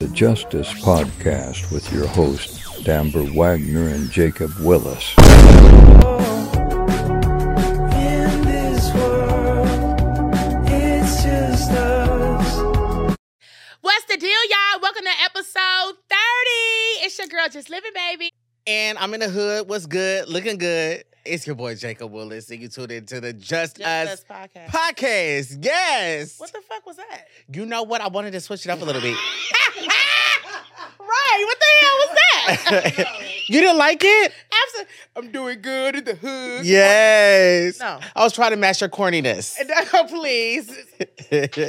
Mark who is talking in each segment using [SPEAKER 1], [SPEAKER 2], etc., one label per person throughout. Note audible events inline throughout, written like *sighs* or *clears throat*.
[SPEAKER 1] the Justice Podcast with your hosts, Amber Wagner and Jacob Willis.
[SPEAKER 2] *laughs* What's the deal, y'all? Welcome to episode 30. It's your girl, Just Living Baby.
[SPEAKER 3] And I'm in the hood. What's good? Looking good. It's your boy Jacob Willis, and you tuned into the Just, Us,
[SPEAKER 2] podcast.
[SPEAKER 3] podcast. Yes.
[SPEAKER 2] What the fuck was that?
[SPEAKER 3] you know what? I wanted to switch it up a little bit.
[SPEAKER 2] *laughs* right. What the hell was
[SPEAKER 3] *laughs*
[SPEAKER 2] that?
[SPEAKER 3] you didn't like it?
[SPEAKER 2] Absolutely. I'm doing good in the hood.
[SPEAKER 3] Yes.
[SPEAKER 2] No.
[SPEAKER 3] I was trying to match your corniness.
[SPEAKER 2] *laughs* No, please.
[SPEAKER 3] *laughs*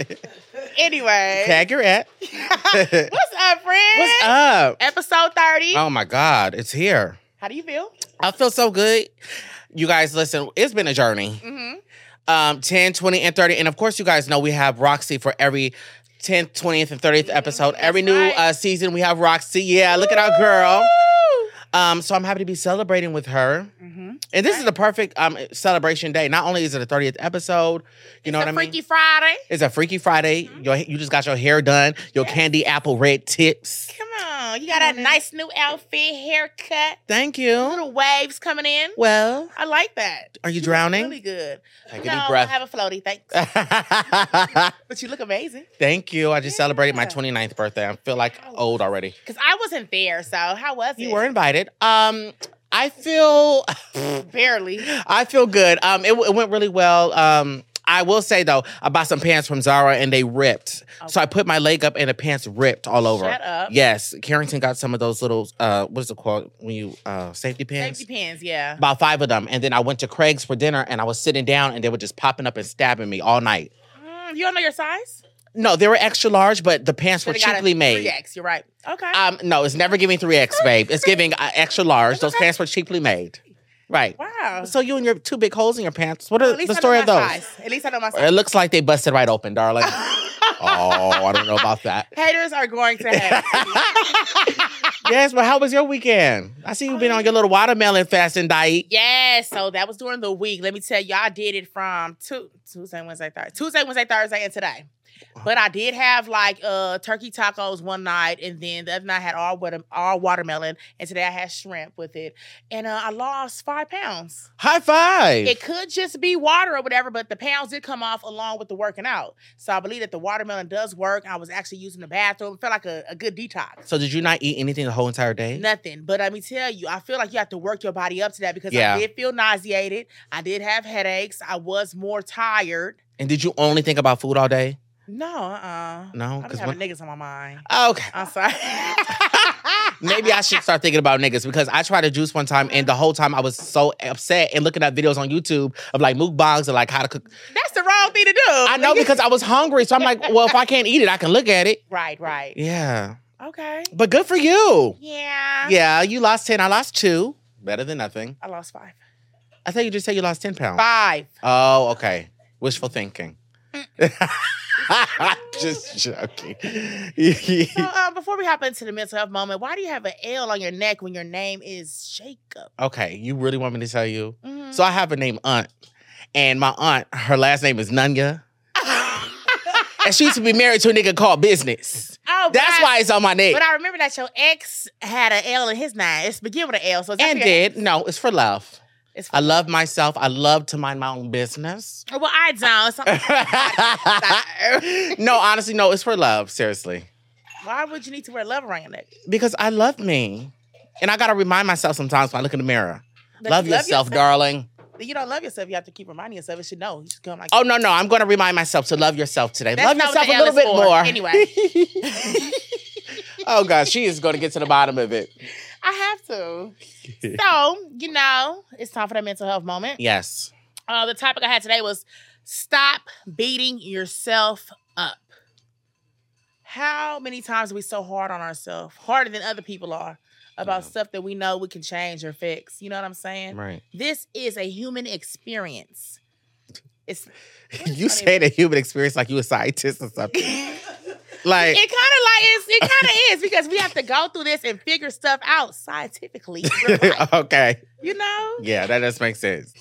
[SPEAKER 2] Anyway.
[SPEAKER 3] Tag your at.
[SPEAKER 2] What's up, friend?
[SPEAKER 3] What's up?
[SPEAKER 2] Episode 30.
[SPEAKER 3] Oh my God, it's here.
[SPEAKER 2] How do you feel?
[SPEAKER 3] I feel so good. You guys, listen, it's been a journey.
[SPEAKER 2] Mhm.
[SPEAKER 3] Um, 10, 20, and 30. And of course, you guys know we have Roxy for every 10th, 20th, and 30th episode. every new
[SPEAKER 2] Mm-hmm. right.
[SPEAKER 3] uh, season, we have Roxy. Yeah, look at our girl. Um, so I'm happy to be celebrating with her.
[SPEAKER 2] Mm-hmm.
[SPEAKER 3] And this is the perfect um, celebration day. Not only is it the 30th episode, you know what I mean?
[SPEAKER 2] Freaky Mm-hmm. Friday.
[SPEAKER 3] It's a Freaky Friday. Your, you just got your hair done, your candy apple red tips.
[SPEAKER 2] Come on. You got a nice new outfit, haircut,
[SPEAKER 3] Thank you.
[SPEAKER 2] little waves coming in.
[SPEAKER 3] Well,
[SPEAKER 2] I like that.
[SPEAKER 3] are you
[SPEAKER 2] look Really
[SPEAKER 3] drowning?
[SPEAKER 2] good.
[SPEAKER 3] Take a
[SPEAKER 2] no,
[SPEAKER 3] deep
[SPEAKER 2] I have a floaty,
[SPEAKER 3] *laughs*
[SPEAKER 2] thanks. *laughs*
[SPEAKER 3] breath.
[SPEAKER 2] But you look amazing.
[SPEAKER 3] Thank you. I just celebrated my
[SPEAKER 2] Yeah. Oh,
[SPEAKER 3] 29th birthday. I feel like old already.
[SPEAKER 2] Cause I wasn't there, so how was it?
[SPEAKER 3] You were invited. Um, I feel, *laughs*
[SPEAKER 2] barely.
[SPEAKER 3] I feel good. Um, it, it went really well. Um, I will say though, I bought some pants from Zara and they ripped. So I put my leg up and the pants ripped all over.
[SPEAKER 2] Shut up.
[SPEAKER 3] Yes, Carrington got some of those little uh, what is it called when you uh safety pins?
[SPEAKER 2] Safety pins, yeah.
[SPEAKER 3] About five of them, and then I went to Craig's for dinner, and I was sitting down, and they were just popping up and stabbing me all night.
[SPEAKER 2] Mm, you don't know your size?
[SPEAKER 3] No, they were extra large, but the pants were
[SPEAKER 2] Should've got a
[SPEAKER 3] cheaply made.
[SPEAKER 2] 3X, you're right. Okay.
[SPEAKER 3] Um, no, it's never giving three X, babe. It's giving uh, extra large. Those pants were cheaply made, right?
[SPEAKER 2] wow.
[SPEAKER 3] So you and your two big holes in your pants. What
[SPEAKER 2] Well,
[SPEAKER 3] are
[SPEAKER 2] at least
[SPEAKER 3] the
[SPEAKER 2] I know
[SPEAKER 3] story of
[SPEAKER 2] my
[SPEAKER 3] those?
[SPEAKER 2] Size. At least I know my
[SPEAKER 3] It
[SPEAKER 2] size.
[SPEAKER 3] looks like they busted right
[SPEAKER 2] *laughs*
[SPEAKER 3] open, darling. oh, I don't know about that.
[SPEAKER 2] Haters are going to
[SPEAKER 3] *laughs*
[SPEAKER 2] hate.
[SPEAKER 3] yes, but how was your weekend? I see you've been on your little watermelon fast and diet.
[SPEAKER 2] yes, so that was during the week. Let me tell you, I did it from two, Tuesday, Wednesday, Thursday. Tuesday, Wednesday, Thursday, and today. But I did have like uh turkey tacos one night, and then the other night I had all water, all watermelon, and today I had shrimp with it, and uh, I lost five pounds.
[SPEAKER 3] High five.
[SPEAKER 2] It could just be water or whatever, but the pounds did come off along with the working out. So I believe that the watermelon does work. I was actually using the bathroom; it felt like a, a good detox.
[SPEAKER 3] so did you not eat anything the whole entire day?
[SPEAKER 2] Nothing, but let me tell you, I feel like you have to work your body up to that because
[SPEAKER 3] Yeah.
[SPEAKER 2] I did feel nauseated. I did have headaches. I was more tired.
[SPEAKER 3] And did you only think about food all day?
[SPEAKER 2] No, uh, uh
[SPEAKER 3] No,
[SPEAKER 2] I'm
[SPEAKER 3] because
[SPEAKER 2] having niggas on my mind.
[SPEAKER 3] okay.
[SPEAKER 2] I'm sorry. *laughs*
[SPEAKER 3] Maybe I should start thinking about niggas because I tried to juice one time and the whole time I was so upset and looking at videos on YouTube of like mukbangs and like how to cook.
[SPEAKER 2] That's the wrong thing to do.
[SPEAKER 3] I know because I was hungry, so I'm like, well, if I can't eat it, I can look at it.
[SPEAKER 2] Right, right.
[SPEAKER 3] Yeah,
[SPEAKER 2] Okay.
[SPEAKER 3] but good for you.
[SPEAKER 2] Yeah.
[SPEAKER 3] Yeah, you lost ten. I lost two. Better than nothing.
[SPEAKER 2] I lost five.
[SPEAKER 3] I thought you just said you lost ten pounds.
[SPEAKER 2] Five.
[SPEAKER 3] Oh, okay. Wishful thinking. *laughs* just joking. *laughs*
[SPEAKER 2] So, uh, before we hop into the mental health moment, why do you have an L on your neck when your name is Jacob?
[SPEAKER 3] okay, you really want me to tell you?
[SPEAKER 2] Mhm.
[SPEAKER 3] So I have a name Aunt, and my aunt, her last name is
[SPEAKER 2] *laughs*
[SPEAKER 3] Nunya, and she used to be married to a nigga called Business.
[SPEAKER 2] oh,
[SPEAKER 3] That's
[SPEAKER 2] but I-
[SPEAKER 3] why it's on my neck.
[SPEAKER 2] But I remember that your ex had an L in his name. It's begin with an L, so it's
[SPEAKER 3] and did no, it's for love.
[SPEAKER 2] It's for
[SPEAKER 3] I love myself. I love to mind my
[SPEAKER 2] *laughs*
[SPEAKER 3] own business.
[SPEAKER 2] Oh, Well, I don't. So,
[SPEAKER 3] no, honestly, no, it's for love. Seriously,
[SPEAKER 2] why would you need to wear love around your neck?
[SPEAKER 3] because I love me, and I gotta remind myself sometimes when I look in the mirror.
[SPEAKER 2] That
[SPEAKER 3] love,
[SPEAKER 2] you
[SPEAKER 3] yourself, darling.
[SPEAKER 2] If You don't love yourself. You have to keep reminding yourself. It should know. You should come like.
[SPEAKER 3] Oh no, no, I'm gonna remind myself to love yourself today.
[SPEAKER 2] That's
[SPEAKER 3] love
[SPEAKER 2] not what
[SPEAKER 3] yourself
[SPEAKER 2] the
[SPEAKER 3] a
[SPEAKER 2] L
[SPEAKER 3] little
[SPEAKER 2] is
[SPEAKER 3] bit
[SPEAKER 2] for.
[SPEAKER 3] more.
[SPEAKER 2] Anyway.
[SPEAKER 3] *laughs* oh God, she is gonna get to the bottom of it.
[SPEAKER 2] I have to. so, you know, it's time for the mental health moment.
[SPEAKER 3] Yes.
[SPEAKER 2] Uh, the topic I had today was stop beating yourself up. How many times are we so hard on ourselves, harder than other people are, about
[SPEAKER 3] Yeah.
[SPEAKER 2] stuff that we know we can change or fix? You know what I'm saying?
[SPEAKER 3] Right.
[SPEAKER 2] This is a human experience. It's
[SPEAKER 3] *laughs*
[SPEAKER 2] *laughs*
[SPEAKER 3] You said a human experience like you a scientist or something. Like, *laughs*
[SPEAKER 2] It kind of like it's, it kind of *laughs* is because we have to go through this and figure stuff out scientifically,
[SPEAKER 3] *laughs*
[SPEAKER 2] in real life,
[SPEAKER 3] okay.
[SPEAKER 2] you know.
[SPEAKER 3] Yeah, that does make sense.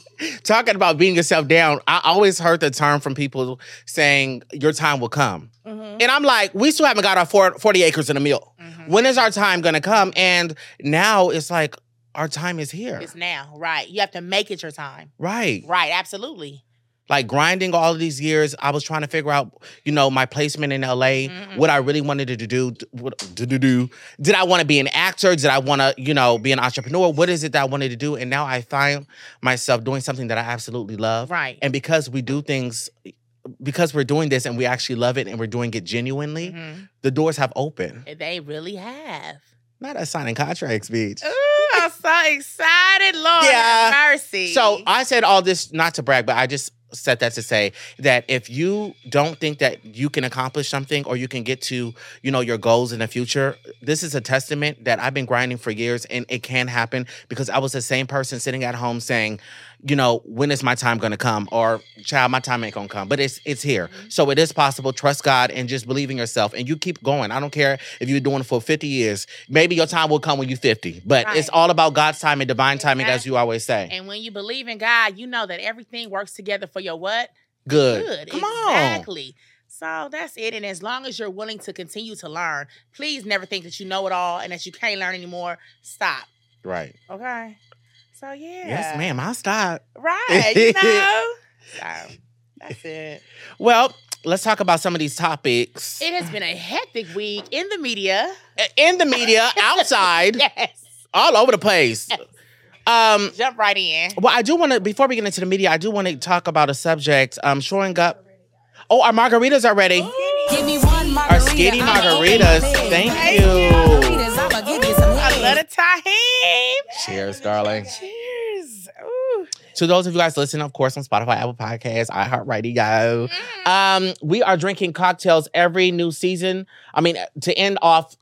[SPEAKER 3] Talking about beating yourself down, I always heard the term from people saying your time will come.
[SPEAKER 2] Mhm,
[SPEAKER 3] And I'm like, we still haven't got our four- 40 acres and a meal.
[SPEAKER 2] mhm.
[SPEAKER 3] When is our time going to come? And now it's like, our time is here.
[SPEAKER 2] It's now, right? You have to make it your time,
[SPEAKER 3] right.
[SPEAKER 2] right? Absolutely.
[SPEAKER 3] Like grinding all of these years, I was trying to figure out, you know, my placement in LA,
[SPEAKER 2] Mhm.
[SPEAKER 3] what I really wanted to do, what to do, do. Did I want to be an actor? Did I want to, you know, be an entrepreneur? What is it that I wanted to do? And now I find myself doing something that I absolutely love.
[SPEAKER 2] Right.
[SPEAKER 3] And because we do things, because we're doing this and we actually love it and we're doing it genuinely,
[SPEAKER 2] Mhm.
[SPEAKER 3] the doors have opened.
[SPEAKER 2] They really have.
[SPEAKER 3] Not a signing contracts, beach.
[SPEAKER 2] Ooh, I'm so excited, Lord.
[SPEAKER 3] Yeah.
[SPEAKER 2] have mercy.
[SPEAKER 3] So I said all this not to brag, but I just said that to say that if you don't think that you can accomplish something or you can get to, you know, your goals in the future, this is a testament that I've been grinding for years and it can happen because I was the same person sitting at home saying, you know, when is my time gonna come? Or child, my time ain't gonna come. But it's it's here. So it is possible. Trust God and just believe in yourself and you keep going. I don't care if you're doing it for 50 years. Maybe your time will come when you're 50. But it's
[SPEAKER 2] Right.
[SPEAKER 3] all about God's time and divine timing, as
[SPEAKER 2] Exactly.
[SPEAKER 3] you always say.
[SPEAKER 2] and when you believe in God, you know that everything works together for your what?
[SPEAKER 3] good.
[SPEAKER 2] Good.
[SPEAKER 3] Come on.
[SPEAKER 2] exactly. So that's it. And as long as you're willing to continue to learn, please never think that you know it all and that you can't learn anymore. Stop.
[SPEAKER 3] Right.
[SPEAKER 2] Okay. So yeah.
[SPEAKER 3] Yes, ma'am. I'll stop.
[SPEAKER 2] Right. You
[SPEAKER 3] *laughs*
[SPEAKER 2] know. so that's it.
[SPEAKER 3] Well, let's talk about some of these topics.
[SPEAKER 2] It has been a hectic week in the media.
[SPEAKER 3] In the media,
[SPEAKER 2] *laughs*
[SPEAKER 3] outside,
[SPEAKER 2] Yes.
[SPEAKER 3] all over the place. Um,
[SPEAKER 2] Jump right in.
[SPEAKER 3] well, I do want to, before we get into the media, I do want to talk about a subject. Um, showing up. Oh, our margaritas are ready.
[SPEAKER 4] Give me one margarita.
[SPEAKER 3] Our skinny
[SPEAKER 4] I'ma open
[SPEAKER 3] margaritas.
[SPEAKER 4] my bag.
[SPEAKER 3] Thank
[SPEAKER 4] Thank
[SPEAKER 3] you.
[SPEAKER 4] Margaritas, I'ma give you some
[SPEAKER 2] I
[SPEAKER 4] head.
[SPEAKER 2] love the tahim.
[SPEAKER 3] Cheers, darling.
[SPEAKER 2] Cheers. Ooh.
[SPEAKER 3] To those of you guys listening, of course, on Spotify, Apple Podcasts, iHeartRadio.
[SPEAKER 2] Mm.
[SPEAKER 3] Um, we are drinking cocktails every new season. I mean, to end off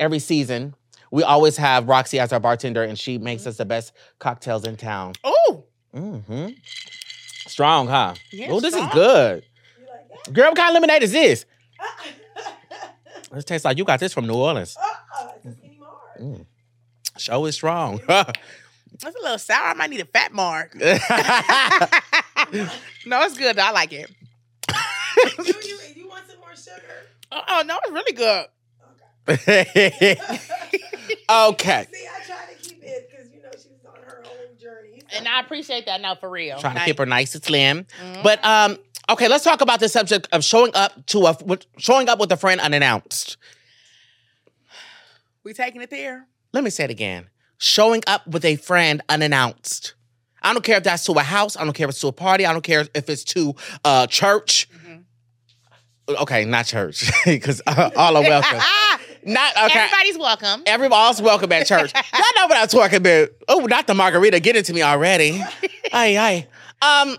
[SPEAKER 3] every season, we always have Roxy as our bartender, and she makes
[SPEAKER 2] Mm.
[SPEAKER 3] us the best cocktails in town.
[SPEAKER 2] Ooh.
[SPEAKER 3] Mm-hmm. Strong, huh?
[SPEAKER 2] Yeah,
[SPEAKER 3] oh, this
[SPEAKER 2] strong.
[SPEAKER 3] is good. Girl, what kind of lemonade is
[SPEAKER 2] *laughs*
[SPEAKER 3] this? this tastes like you got this from New Orleans. Mm. Show
[SPEAKER 2] *laughs*
[SPEAKER 3] is strong.
[SPEAKER 2] That's a little sour. I might need a fat
[SPEAKER 3] *laughs*
[SPEAKER 2] mark. *laughs*
[SPEAKER 3] I
[SPEAKER 2] no, it's good. Though. I like it.
[SPEAKER 5] you, you, you want some more
[SPEAKER 2] *laughs*
[SPEAKER 5] sugar?
[SPEAKER 2] Oh, oh, no, it's really good.
[SPEAKER 3] *laughs* okay.
[SPEAKER 5] See, I try to keep it because you know she's on her own journey.
[SPEAKER 2] And I appreciate that now for real.
[SPEAKER 3] Trying to
[SPEAKER 2] Like,
[SPEAKER 3] keep her nice and slim.
[SPEAKER 2] mm.
[SPEAKER 3] But um, okay, let's talk about the subject of showing up to a with- showing up with a friend unannounced.
[SPEAKER 2] we taking it there.
[SPEAKER 3] Let me say it again: showing up with a friend unannounced. I don't care if that's to a house. I don't care if it's to a party. I don't care if it's to uh, church.
[SPEAKER 2] Mhm.
[SPEAKER 3] Okay, not church, *laughs* because uh, all
[SPEAKER 2] *laughs*
[SPEAKER 3] are welcome. not okay.
[SPEAKER 2] Everybody's welcome.
[SPEAKER 3] Everyone's welcome at church. Y'all know what I'm talking about. Oh, not the margarita. Get it to me already. Aye, aye. Um,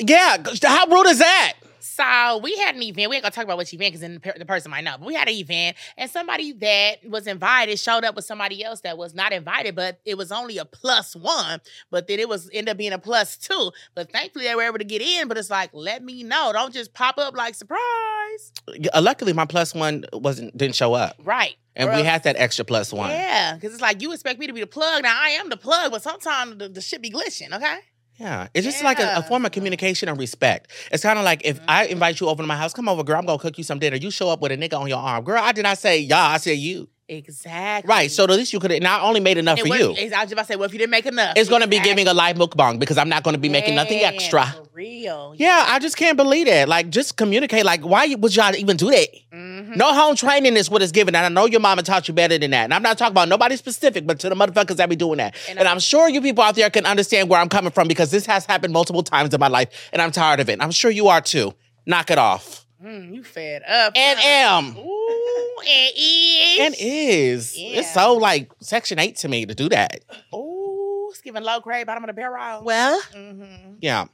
[SPEAKER 3] yeah. How rude is that?
[SPEAKER 2] So we had an event. We ain't gonna talk about which event because then the per- the person might know. But we had an event, and somebody that was invited showed up with somebody else that was not invited, but it was only a plus one. But then it was end up being a plus two. But thankfully they were able to get in. But it's like, let me know. Don't just pop up like surprise.
[SPEAKER 3] Uh, Luckily, my plus one wasn't didn't show up.
[SPEAKER 2] Right.
[SPEAKER 3] And
[SPEAKER 2] Or
[SPEAKER 3] we
[SPEAKER 2] else-
[SPEAKER 3] had that extra plus one. Yeah.
[SPEAKER 2] Yeah, because it's like you expect me to be the plug. Now I am the plug, but sometimes the, the shit be glitching. Okay.
[SPEAKER 3] It's just like a, a
[SPEAKER 2] Yeah.
[SPEAKER 3] form of communication and respect. It's kind of like if I invite you over to my house, come over, girl, I'm going to cook you some dinner. You show up with a nigga on your arm. Girl, I did not say y'all, I said you.
[SPEAKER 2] Exactly.
[SPEAKER 3] Right. So at least you could have, not only made enough
[SPEAKER 2] And
[SPEAKER 3] for
[SPEAKER 2] what
[SPEAKER 3] you,
[SPEAKER 2] if- I was just about to say, well, if you didn't make enough,
[SPEAKER 3] it's going to be
[SPEAKER 2] Exactly.
[SPEAKER 3] giving a live mukbang because I'm not going to be making nothing
[SPEAKER 2] Man,
[SPEAKER 3] extra.
[SPEAKER 2] For real.
[SPEAKER 3] Yeah, I just can't believe that. Like, just communicate. Like, why would y'all even do that?
[SPEAKER 2] Mhm.
[SPEAKER 3] No home training is what it's given. And I know your mama taught you better than that. And I'm not talking about nobody specific, but to the motherfuckers that be doing that. And,
[SPEAKER 2] And
[SPEAKER 3] I'm sure you people out there can understand where I'm coming from because this has happened multiple times in my life and I'm tired of it. And I'm sure you are too. Knock it off.
[SPEAKER 2] Mm, you fed up.
[SPEAKER 3] And am.
[SPEAKER 2] Ooh, and is.
[SPEAKER 3] And is. It's
[SPEAKER 2] Yeah.
[SPEAKER 3] so like Section 8 to me to do that.
[SPEAKER 2] Ooh, it's giving low grade, bottom of the barrel.
[SPEAKER 3] Well,
[SPEAKER 2] hmm
[SPEAKER 3] yeah.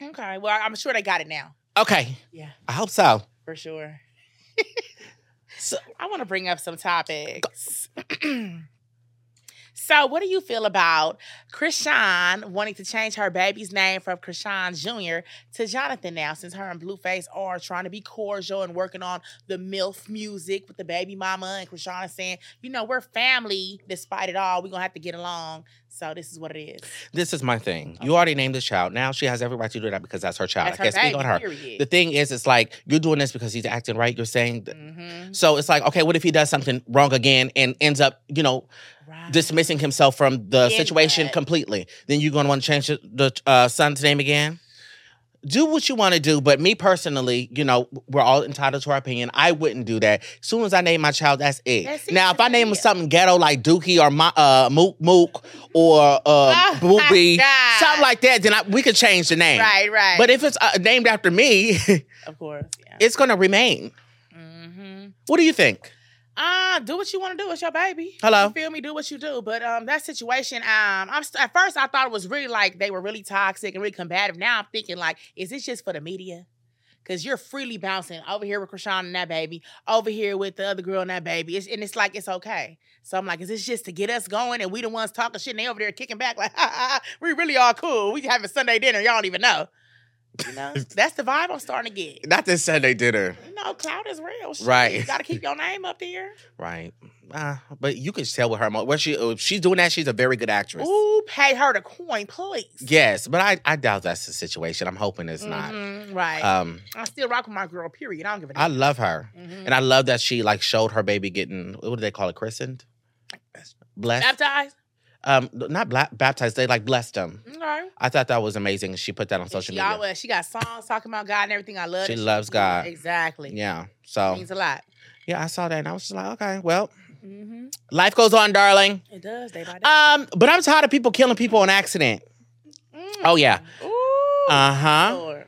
[SPEAKER 2] Okay. Well, I'm sure they got it now.
[SPEAKER 3] Okay.
[SPEAKER 2] Yeah,
[SPEAKER 3] I hope so.
[SPEAKER 2] for sure.
[SPEAKER 3] So-
[SPEAKER 2] *laughs* I want to bring up some topics. *clears throat* So, what do you feel about Krishan wanting to change her baby's name from Krishan Jr. to Jonathan now, since her and Blueface are trying to be cordial and working on the MILF music with the baby mama? And Krishan is saying, you know, we're family despite it all. We're going to have to get along. So, this is what it is.
[SPEAKER 3] This is my thing. You already named this child. Now she has every right to do that because that's her child.
[SPEAKER 2] That's
[SPEAKER 3] I can't speak on her. The
[SPEAKER 2] Period.
[SPEAKER 3] thing is, it's like you're doing this because he's acting right. You're saying, th-
[SPEAKER 2] Mhm.
[SPEAKER 3] so it's like, okay, what if he does something wrong again and ends up, you know,
[SPEAKER 2] Right.
[SPEAKER 3] dismissing himself from the
[SPEAKER 2] In
[SPEAKER 3] situation
[SPEAKER 2] that.
[SPEAKER 3] completely. Then you're gonna want to change the- the uh, son's name again. Do what you want to do, but me personally, you know, we're all entitled to our opinion. I wouldn't do that. soon as I name my child, that's it.
[SPEAKER 2] That's it,
[SPEAKER 3] now, if I name him
[SPEAKER 2] yeah.
[SPEAKER 3] something ghetto like Dookie or my, uh, Mook Mook or uh,
[SPEAKER 2] Oh,
[SPEAKER 3] Booby,
[SPEAKER 2] my God.
[SPEAKER 3] something like that, then I, we could change the name.
[SPEAKER 2] Right, right.
[SPEAKER 3] But if it's uh, named after me, *laughs*
[SPEAKER 2] of course, yeah.
[SPEAKER 3] it's gonna remain.
[SPEAKER 2] Mm-hmm.
[SPEAKER 3] What do you think?
[SPEAKER 2] Uh, do what you want to do. It's your baby.
[SPEAKER 3] Hello.
[SPEAKER 2] You feel me? Do what you do. But um, that situation, um, I'm st- at first I thought it was really like they were really toxic and really combative. Now I'm thinking like, is this just for the media? Cause you're freely bouncing over here with Krishan and that baby, over here with the other girl and that baby. It's, and it's like it's okay. So I'm like, is this just to get us going and we the ones talking shit and they over there kicking back like, *laughs* ha, ha, ha, we really are cool. We having Sunday dinner. Y'all don't even know. You
[SPEAKER 3] *laughs*
[SPEAKER 2] know, that's the vibe I'm starting to get.
[SPEAKER 3] Not this Sunday dinner,
[SPEAKER 2] No, cloud is real. Shit.
[SPEAKER 3] Right.
[SPEAKER 2] You gotta keep your name up there.
[SPEAKER 3] right? Uh, but you could tell with her mo- what she if she's doing that. She's a very good actress.
[SPEAKER 2] Ooh, pay her the coin, please.
[SPEAKER 3] Yes, but I, I doubt that's the situation. I'm hoping it's
[SPEAKER 2] Mhm, right.
[SPEAKER 3] not. Um,
[SPEAKER 2] I still rock with my girl. Period. I don't give a
[SPEAKER 3] I
[SPEAKER 2] damn.
[SPEAKER 3] love her,
[SPEAKER 2] Mhm.
[SPEAKER 3] and I love that she like showed her baby getting what do they call it? Christened, blessed.
[SPEAKER 2] Baptized.
[SPEAKER 3] Um, not bla- baptized. They like blessed him.
[SPEAKER 2] Okay.
[SPEAKER 3] I thought that was amazing. She put that on social
[SPEAKER 2] Mm-hmm. she
[SPEAKER 3] media.
[SPEAKER 2] always- she got songs talking about God and everything. I love.
[SPEAKER 3] She
[SPEAKER 2] it.
[SPEAKER 3] loves God.
[SPEAKER 2] Exactly.
[SPEAKER 3] Yeah.
[SPEAKER 2] It
[SPEAKER 3] So
[SPEAKER 2] means a lot.
[SPEAKER 3] yeah, I saw that, and I was just like, okay, well,
[SPEAKER 2] hmm
[SPEAKER 3] life goes on, darling.
[SPEAKER 2] It does day by day.
[SPEAKER 3] Um, but I'm tired of people killing people on accident.
[SPEAKER 2] Mm.
[SPEAKER 3] Oh yeah.
[SPEAKER 2] Ooh.
[SPEAKER 3] Uh huh.
[SPEAKER 2] Lord.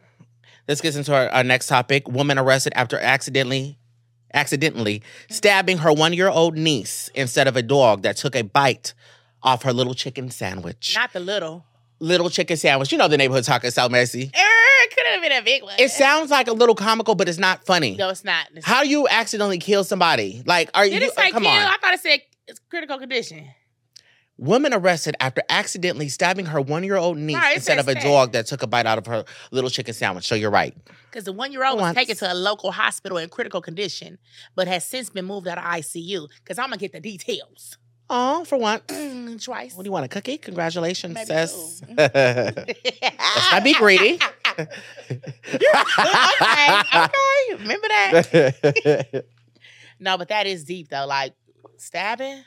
[SPEAKER 3] Let's get into our, our next topic. Woman arrested after accidentally accidentally stabbing her one-year-old niece instead of a dog that took a bite off her little chicken sandwich.
[SPEAKER 2] Not the little.
[SPEAKER 3] little chicken sandwich. You know the neighborhood talk is so messy.
[SPEAKER 2] Er, It could have been a big one.
[SPEAKER 3] It sounds like a little comical, but it's not funny.
[SPEAKER 2] no, it's not. It's-
[SPEAKER 3] How do you accidentally kill somebody? Like, are
[SPEAKER 2] Did
[SPEAKER 3] you uh,
[SPEAKER 2] it say
[SPEAKER 3] come
[SPEAKER 2] kill?
[SPEAKER 3] on?
[SPEAKER 2] I thought it said it's critical condition.
[SPEAKER 3] Woman arrested after accidentally stabbing her one-year-old niece
[SPEAKER 2] Right, it
[SPEAKER 3] instead
[SPEAKER 2] says
[SPEAKER 3] of a
[SPEAKER 2] stab.
[SPEAKER 3] dog that took a bite out of her little chicken sandwich. So you're right.
[SPEAKER 2] Because the one year old was
[SPEAKER 3] Once.
[SPEAKER 2] taken to a local hospital in critical condition, but has since been moved out of ICU. Because I'm going to get the details.
[SPEAKER 3] Oh, for once.
[SPEAKER 2] Mm, Twice.
[SPEAKER 3] What do you want? A cookie? Congratulations,
[SPEAKER 2] Maybe
[SPEAKER 3] sis.
[SPEAKER 2] two. Mm.
[SPEAKER 3] *laughs* Let's not be greedy.
[SPEAKER 2] *laughs* okay, okay. Remember
[SPEAKER 3] *laughs*
[SPEAKER 2] that? No, but that is deep, though. Like, stabbing?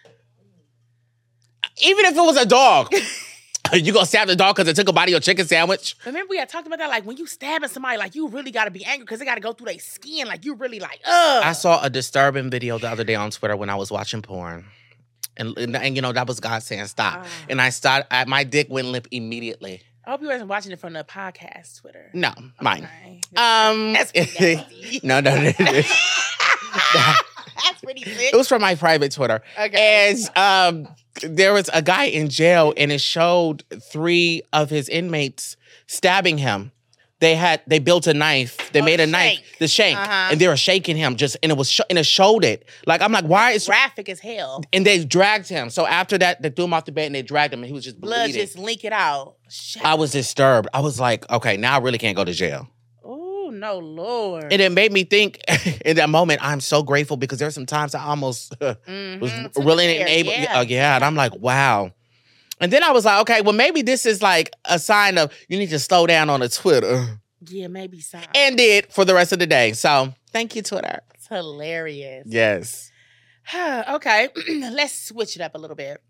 [SPEAKER 3] Even if it was a dog, *laughs* you gonna stab the dog because it took a bite of your chicken sandwich?
[SPEAKER 2] Remember we had talked about that? Like, when you stabbing somebody, like, you really got to be angry because they got to go through their skin. Like, you really like, ugh.
[SPEAKER 3] I saw a disturbing video the other day on Twitter when I was watching porn. And, and, and, you know, that was God saying stop.
[SPEAKER 2] Ah.
[SPEAKER 3] And I started, I, my dick went limp immediately.
[SPEAKER 2] I hope you wasn't watching it from the podcast Twitter.
[SPEAKER 3] No, mine.
[SPEAKER 2] Okay.
[SPEAKER 3] Um,
[SPEAKER 2] That's pretty nasty.
[SPEAKER 3] *laughs* no, no, no, no.
[SPEAKER 2] That's pretty sick.
[SPEAKER 3] It was from my private Twitter. And um, there was a guy in jail, and it showed three of his inmates stabbing him. They had they built a knife. They
[SPEAKER 2] Oh,
[SPEAKER 3] made
[SPEAKER 2] the
[SPEAKER 3] a knife,
[SPEAKER 2] shank.
[SPEAKER 3] the shank,
[SPEAKER 2] Uh-huh.
[SPEAKER 3] and they were shaking him just, and it was sh- and it showed it. Like I'm like, why is?
[SPEAKER 2] graphic as hell.
[SPEAKER 3] And they dragged him. So after that, they threw him off the bed and they dragged him, and he was just
[SPEAKER 2] Blood
[SPEAKER 3] bleeding.
[SPEAKER 2] just leak it out. Shit.
[SPEAKER 3] I was disturbed. I was like, okay, now I really can't go to jail.
[SPEAKER 2] Oh no, Lord.
[SPEAKER 3] And it made me think *laughs* in that moment, I'm so grateful because there's some times I almost *laughs* was
[SPEAKER 2] Mhm, to be
[SPEAKER 3] willing
[SPEAKER 2] fair,
[SPEAKER 3] and able. Yeah. uh,
[SPEAKER 2] Yeah.
[SPEAKER 3] yeah, and I'm like, wow. And then I was like, okay, well, maybe this is like a sign of you need to slow down on the Twitter.
[SPEAKER 2] Yeah, maybe so.
[SPEAKER 3] And did for the rest of the day. So thank you, Twitter.
[SPEAKER 2] It's hilarious.
[SPEAKER 3] Yes.
[SPEAKER 2] *sighs* okay, *clears throat* let's switch it up a little bit.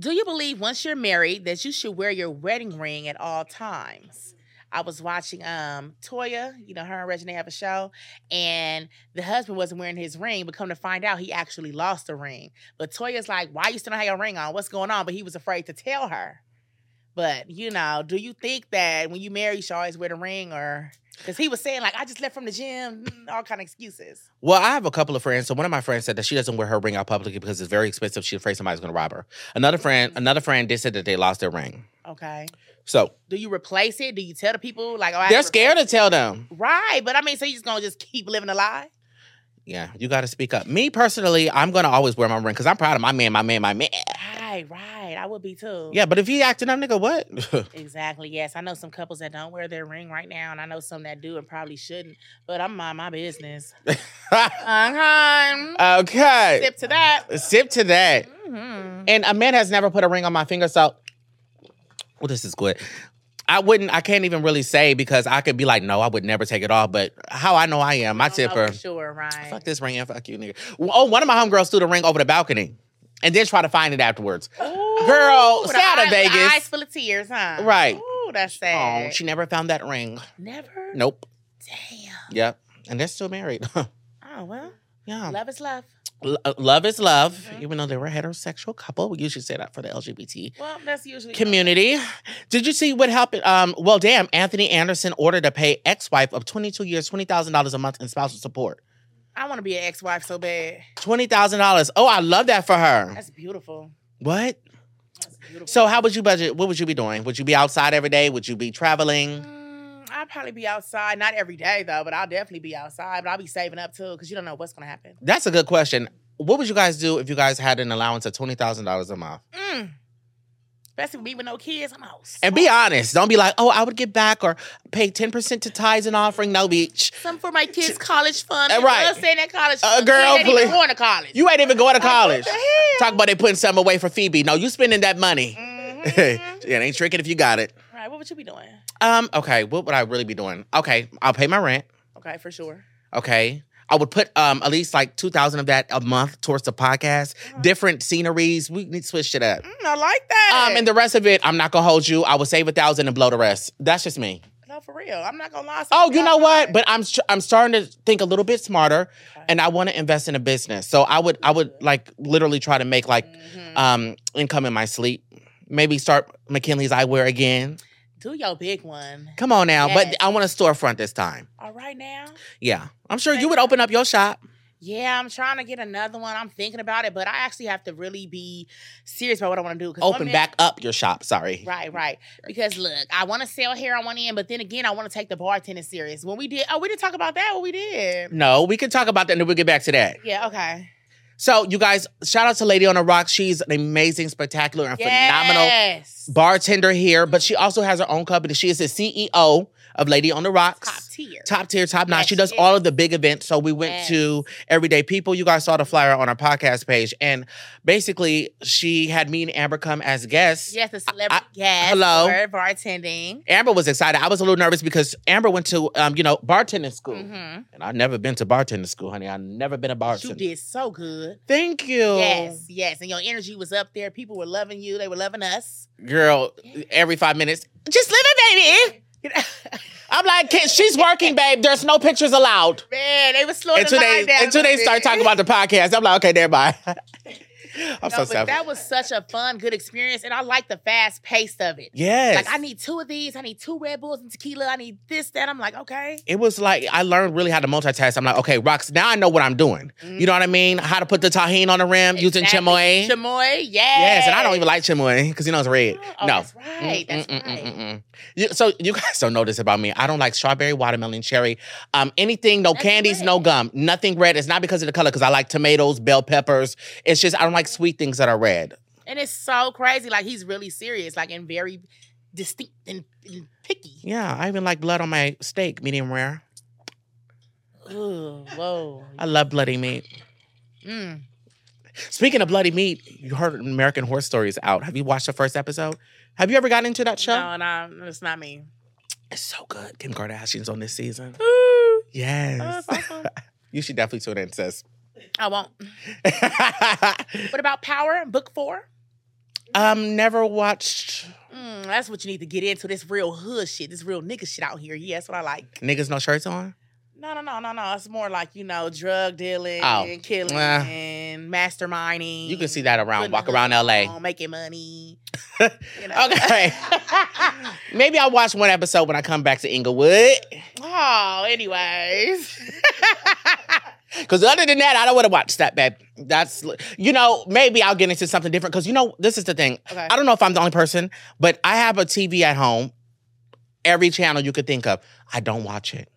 [SPEAKER 2] Do you believe once you're married that you should wear your wedding ring at all times? I was watching um Toya, you know, her and Regina have a show, and the husband wasn't wearing his ring, but come to find out he actually lost the ring. But Toya's like, why you still don't have your ring on? What's going on? But he was afraid to tell her. But you know, do you think that when you marry, you should always wear the ring or because he was saying, like, I just left from the gym, mm, all kind of excuses.
[SPEAKER 3] Well, I have a couple of friends. So one of my friends said that she doesn't wear her ring out publicly because it's very expensive. She's afraid somebody's gonna rob her. Another friend, another friend did say that they lost their ring.
[SPEAKER 2] Okay.
[SPEAKER 3] So
[SPEAKER 2] Do you replace it? Do you tell the people like oh, I
[SPEAKER 3] they're
[SPEAKER 2] have to
[SPEAKER 3] scared to
[SPEAKER 2] replace
[SPEAKER 3] tell them.
[SPEAKER 2] it? Right, but I mean, so you just gonna just keep living a lie?
[SPEAKER 3] Yeah, you gotta speak up. Me personally, I'm gonna always wear my ring because I'm proud of my man, my man, my man.
[SPEAKER 2] God, Right, right. I would be too.
[SPEAKER 3] Yeah, but if he acting up, nigga,
[SPEAKER 2] *laughs*
[SPEAKER 3] what? *laughs*
[SPEAKER 2] Exactly. Yes, I know some couples that don't wear their ring right now, and I know some that do and probably shouldn't. But I'm mind my business. Uh-huh.
[SPEAKER 3] okay.
[SPEAKER 2] Tip to that.
[SPEAKER 3] Sip. to that.
[SPEAKER 2] Mhm.
[SPEAKER 3] And a man has never put a ring on my finger, so well, this is good. I wouldn't. I can't even really say because I could be like, no, I would never take it off. But how I know I am, my
[SPEAKER 2] I don't know
[SPEAKER 3] tipper.
[SPEAKER 2] Oh, for Sure, right.
[SPEAKER 3] Fuck this ring and fuck you, nigga. Oh, one of my homegirls threw the ring over the balcony, and then try to find it afterwards.
[SPEAKER 2] Ooh,
[SPEAKER 3] Girl,
[SPEAKER 2] the
[SPEAKER 3] stay out
[SPEAKER 2] eyes-
[SPEAKER 3] of
[SPEAKER 2] the
[SPEAKER 3] Vegas.
[SPEAKER 2] Eyes full of tears, huh?
[SPEAKER 3] Right.
[SPEAKER 2] Ooh, that's
[SPEAKER 3] Oh,
[SPEAKER 2] sad.
[SPEAKER 3] she never found that ring.
[SPEAKER 2] Never.
[SPEAKER 3] Nope.
[SPEAKER 2] Damn.
[SPEAKER 3] Yep. And they're still married. *laughs*
[SPEAKER 2] Oh well.
[SPEAKER 3] yeah.
[SPEAKER 2] Love is love.
[SPEAKER 3] L- uh, love is love,
[SPEAKER 2] Mhm.
[SPEAKER 3] even though they were a heterosexual couple. We usually say that for the LGBT
[SPEAKER 2] Well, that's usually
[SPEAKER 3] community. Did you see what happened? Um, well, damn, Anthony Anderson ordered to pay ex-wife of 22 years $20,000 a month in spousal support.
[SPEAKER 2] I want to be an ex-wife so bad.
[SPEAKER 3] $20,000. Oh, I love that for her.
[SPEAKER 2] That's beautiful.
[SPEAKER 3] What?
[SPEAKER 2] That's beautiful.
[SPEAKER 3] So how would you budget? What would you be doing? Would you be outside every day? Would you be traveling?
[SPEAKER 2] Mm, I'll probably be outside, not every day though, but I'll definitely be outside. But I'll be saving up too, because you don't know what's gonna happen.
[SPEAKER 3] That's a good question. What would you guys do if you guys had an allowance of $20,000 a month?
[SPEAKER 2] Mm. Especially with me with no kids, I'm out.
[SPEAKER 3] And be honest. Don't be like, oh, I would give back or pay 10% to tithes and offering. No, bitch.
[SPEAKER 2] Some for my kids' college fund.
[SPEAKER 3] Uh,
[SPEAKER 2] You
[SPEAKER 3] right.
[SPEAKER 2] know what I'm saying that college.
[SPEAKER 3] Uh,
[SPEAKER 2] fund.
[SPEAKER 3] girl,
[SPEAKER 2] they ain't even
[SPEAKER 3] please.
[SPEAKER 2] going to college.
[SPEAKER 3] You ain't even going to college.
[SPEAKER 2] What the hell?
[SPEAKER 3] Talk about they putting something away for Phoebe. No, you spending that money. it
[SPEAKER 2] Mhm.
[SPEAKER 3] ain't tricking if you got it.
[SPEAKER 2] right. What would you be doing?
[SPEAKER 3] Um, okay, what would I really be doing? Okay, I'll pay my rent.
[SPEAKER 2] Okay, for sure.
[SPEAKER 3] Okay. I would put um at least like two thousand of that a month towards the podcast. Different sceneries. We need to switch it up.
[SPEAKER 2] Mm, I like that.
[SPEAKER 3] Um, and the rest of it, I'm not gonna hold you. I would save a thousand and blow the rest. That's just me.
[SPEAKER 2] no, for real. I'm not gonna lie.
[SPEAKER 3] Oh, you know what?
[SPEAKER 2] Sometimes-
[SPEAKER 3] But I'm st- I'm starting to think a little bit smarter, and I want to invest in a business. So I would I would like literally try to make like
[SPEAKER 2] Mhm.
[SPEAKER 3] um income in my sleep. Maybe start McKinley's eyewear again.
[SPEAKER 2] do your big one.
[SPEAKER 3] Come on now,
[SPEAKER 2] Yes.
[SPEAKER 3] but I want a storefront this time.
[SPEAKER 2] All right now.
[SPEAKER 3] Yeah, I'm sure you would open up your shop.
[SPEAKER 2] Yeah, I'm trying to get another one. I'm thinking about it, but I actually have to really be serious about what I want to do. 'cause one
[SPEAKER 3] Open
[SPEAKER 2] minute-
[SPEAKER 3] back up your shop. Sorry.
[SPEAKER 2] Right, right. Because look, I want to sell hair on one end, but then again, I want to take the bartending serious. When we did, oh, we didn't talk about that. What we did?
[SPEAKER 3] No, we can talk about that and then we'll get back to that.
[SPEAKER 2] Yeah. Okay.
[SPEAKER 3] So, you guys, shout out to Lady on the Rock. She's an amazing, spectacular, and phenomenal
[SPEAKER 2] Yes.
[SPEAKER 3] bartender here, but she also has her own company. She is the CEO of Lady on the Rocks.
[SPEAKER 2] Top tier.
[SPEAKER 3] Top tier, top notch.
[SPEAKER 2] Yes,
[SPEAKER 3] she does
[SPEAKER 2] she
[SPEAKER 3] all
[SPEAKER 2] is.
[SPEAKER 3] of the big events. So we went
[SPEAKER 2] Yes.
[SPEAKER 3] to Everyday People. You guys saw the flyer on our podcast page. And basically, she had me and Amber come as guests.
[SPEAKER 2] Yes, a celebrity guest.
[SPEAKER 3] hello.
[SPEAKER 2] For bartending.
[SPEAKER 3] Amber was excited. I was a little nervous because Amber went to, um, you know, bartending school.
[SPEAKER 2] Mm-hmm.
[SPEAKER 3] And I've never been to bartending school, honey. I've never been a
[SPEAKER 2] You
[SPEAKER 3] bartender. Oh.
[SPEAKER 2] did so good.
[SPEAKER 3] Thank you.
[SPEAKER 2] Yes, yes. And your energy was up there. People were loving you. They were loving us.
[SPEAKER 3] Girl, every five minutes, just live it, baby. I'm like, "Kid, she's working, babe. There's no pictures allowed.
[SPEAKER 2] *laughs* Man, they were slowing the
[SPEAKER 3] Until
[SPEAKER 2] line
[SPEAKER 3] they,
[SPEAKER 2] down. a
[SPEAKER 3] until they
[SPEAKER 2] little
[SPEAKER 3] start
[SPEAKER 2] bit.
[SPEAKER 3] talking about the podcast. I'm like, okay,
[SPEAKER 2] *laughs*
[SPEAKER 3] never mind.
[SPEAKER 2] No,
[SPEAKER 3] I'm so
[SPEAKER 2] but
[SPEAKER 3] sad.
[SPEAKER 2] that was such a fun, good experience, and I like the fast pace of it.
[SPEAKER 3] yes.
[SPEAKER 2] Like I need two of these. I need two Red Bulls and tequila. I need this, that. I'm like, okay.
[SPEAKER 3] it was like I learned really how to multitask. I'm like, okay, rocks. Now I know what I'm doing. You know what I mean? How to put the tahine on the rim using
[SPEAKER 2] Exactly.
[SPEAKER 3] chamoy.
[SPEAKER 2] Chamoy, yes.
[SPEAKER 3] yes, and I don't even like chamoy because you know it's red.
[SPEAKER 2] Oh,
[SPEAKER 3] no,
[SPEAKER 2] that's right. That's
[SPEAKER 3] Mm, mm, mm,
[SPEAKER 2] right.
[SPEAKER 3] mm, mm. You- so you guys don't know this about me. I don't like strawberry, watermelon, cherry, um, anything, no
[SPEAKER 2] That's
[SPEAKER 3] candies, no
[SPEAKER 2] red.
[SPEAKER 3] gum, nothing red. It's not because of the color, because I like tomatoes, bell peppers. It's just I don't like sweet things that are red.
[SPEAKER 2] And it's so crazy. Like he's really serious, like and very distinct and, and picky.
[SPEAKER 3] Yeah, I even like blood on my steak, medium rare.
[SPEAKER 2] Ooh, whoa.
[SPEAKER 3] I love bloody meat.
[SPEAKER 2] Mm.
[SPEAKER 3] Speaking of bloody meat, you heard American Horror Stories out. Have you watched the first episode? Have you ever gotten into that show?
[SPEAKER 2] No, no, it's not me.
[SPEAKER 3] It's so good. Kim Kardashian's on
[SPEAKER 2] *laughs*
[SPEAKER 3] this season.
[SPEAKER 2] Ooh, *laughs*
[SPEAKER 3] Yes.
[SPEAKER 2] that's awesome.
[SPEAKER 3] you should definitely tune in, sis. *laughs*
[SPEAKER 2] I won't. What about Power? Book four.
[SPEAKER 3] um, never watched
[SPEAKER 2] Mm, that's what you need to get into. This real hood shit. This real nigga shit out here. Yeah, that's what I like.
[SPEAKER 3] Niggas No Shirts On?
[SPEAKER 2] No, no, no, no, no. It's more like you know, drug dealing
[SPEAKER 3] Oh,
[SPEAKER 2] and killing
[SPEAKER 3] well.
[SPEAKER 2] and masterminding.
[SPEAKER 3] You can see that around,
[SPEAKER 2] Putting
[SPEAKER 3] walk
[SPEAKER 2] the
[SPEAKER 3] around
[SPEAKER 2] hood
[SPEAKER 3] LA.
[SPEAKER 2] on, making
[SPEAKER 3] *laughs*
[SPEAKER 2] money. you know.
[SPEAKER 3] Okay. *laughs* Maybe I'll watch one episode when I come back to Inglewood.
[SPEAKER 2] *laughs* oh, anyways.
[SPEAKER 3] Because other than that, I don't want to watch that, babe. That's, you know, maybe I'll get into something different. Because, you know, this is the thing.
[SPEAKER 2] Okay.
[SPEAKER 3] I don't know if I'm the only person, but I have a TV at home, every channel you could think of. I don't watch it.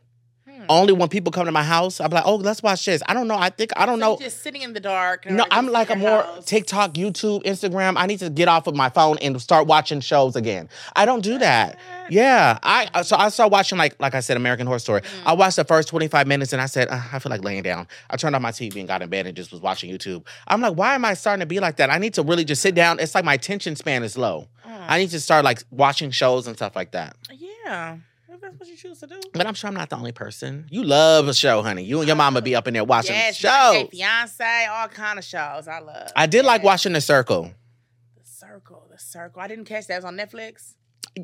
[SPEAKER 2] Hmm.
[SPEAKER 3] Only when people come to my house, I'm like, oh, let's watch this. I don't know. I think I don't know.
[SPEAKER 2] just sitting in the dark.
[SPEAKER 3] No, I'm like a more TikTok, YouTube, Instagram. I need to get off of my phone and start watching shows again. I don't do that. Yeah, I uh, so I started watching like like I said, American Horror Story. I watched the first 25 minutes and I said, "Ugh, I feel like laying down. I turned on my TV and got in bed and just was watching YouTube. I'm like, why am I starting to be like that? I need to really just sit down. It's like my attention span is low.
[SPEAKER 2] Ah,
[SPEAKER 3] I need to start like watching shows and stuff like that.
[SPEAKER 2] yeah. If that's what you choose to do.
[SPEAKER 3] But I'm sure I'm not the only person. You love a show, honey. You and your mama be up in there watching
[SPEAKER 2] Yes,
[SPEAKER 3] shows.
[SPEAKER 2] fiance, all kind of shows. I love.
[SPEAKER 3] I did like
[SPEAKER 2] Yes.
[SPEAKER 3] watching The Circle.
[SPEAKER 2] The Circle, The Circle. I didn't catch that. It was on Netflix.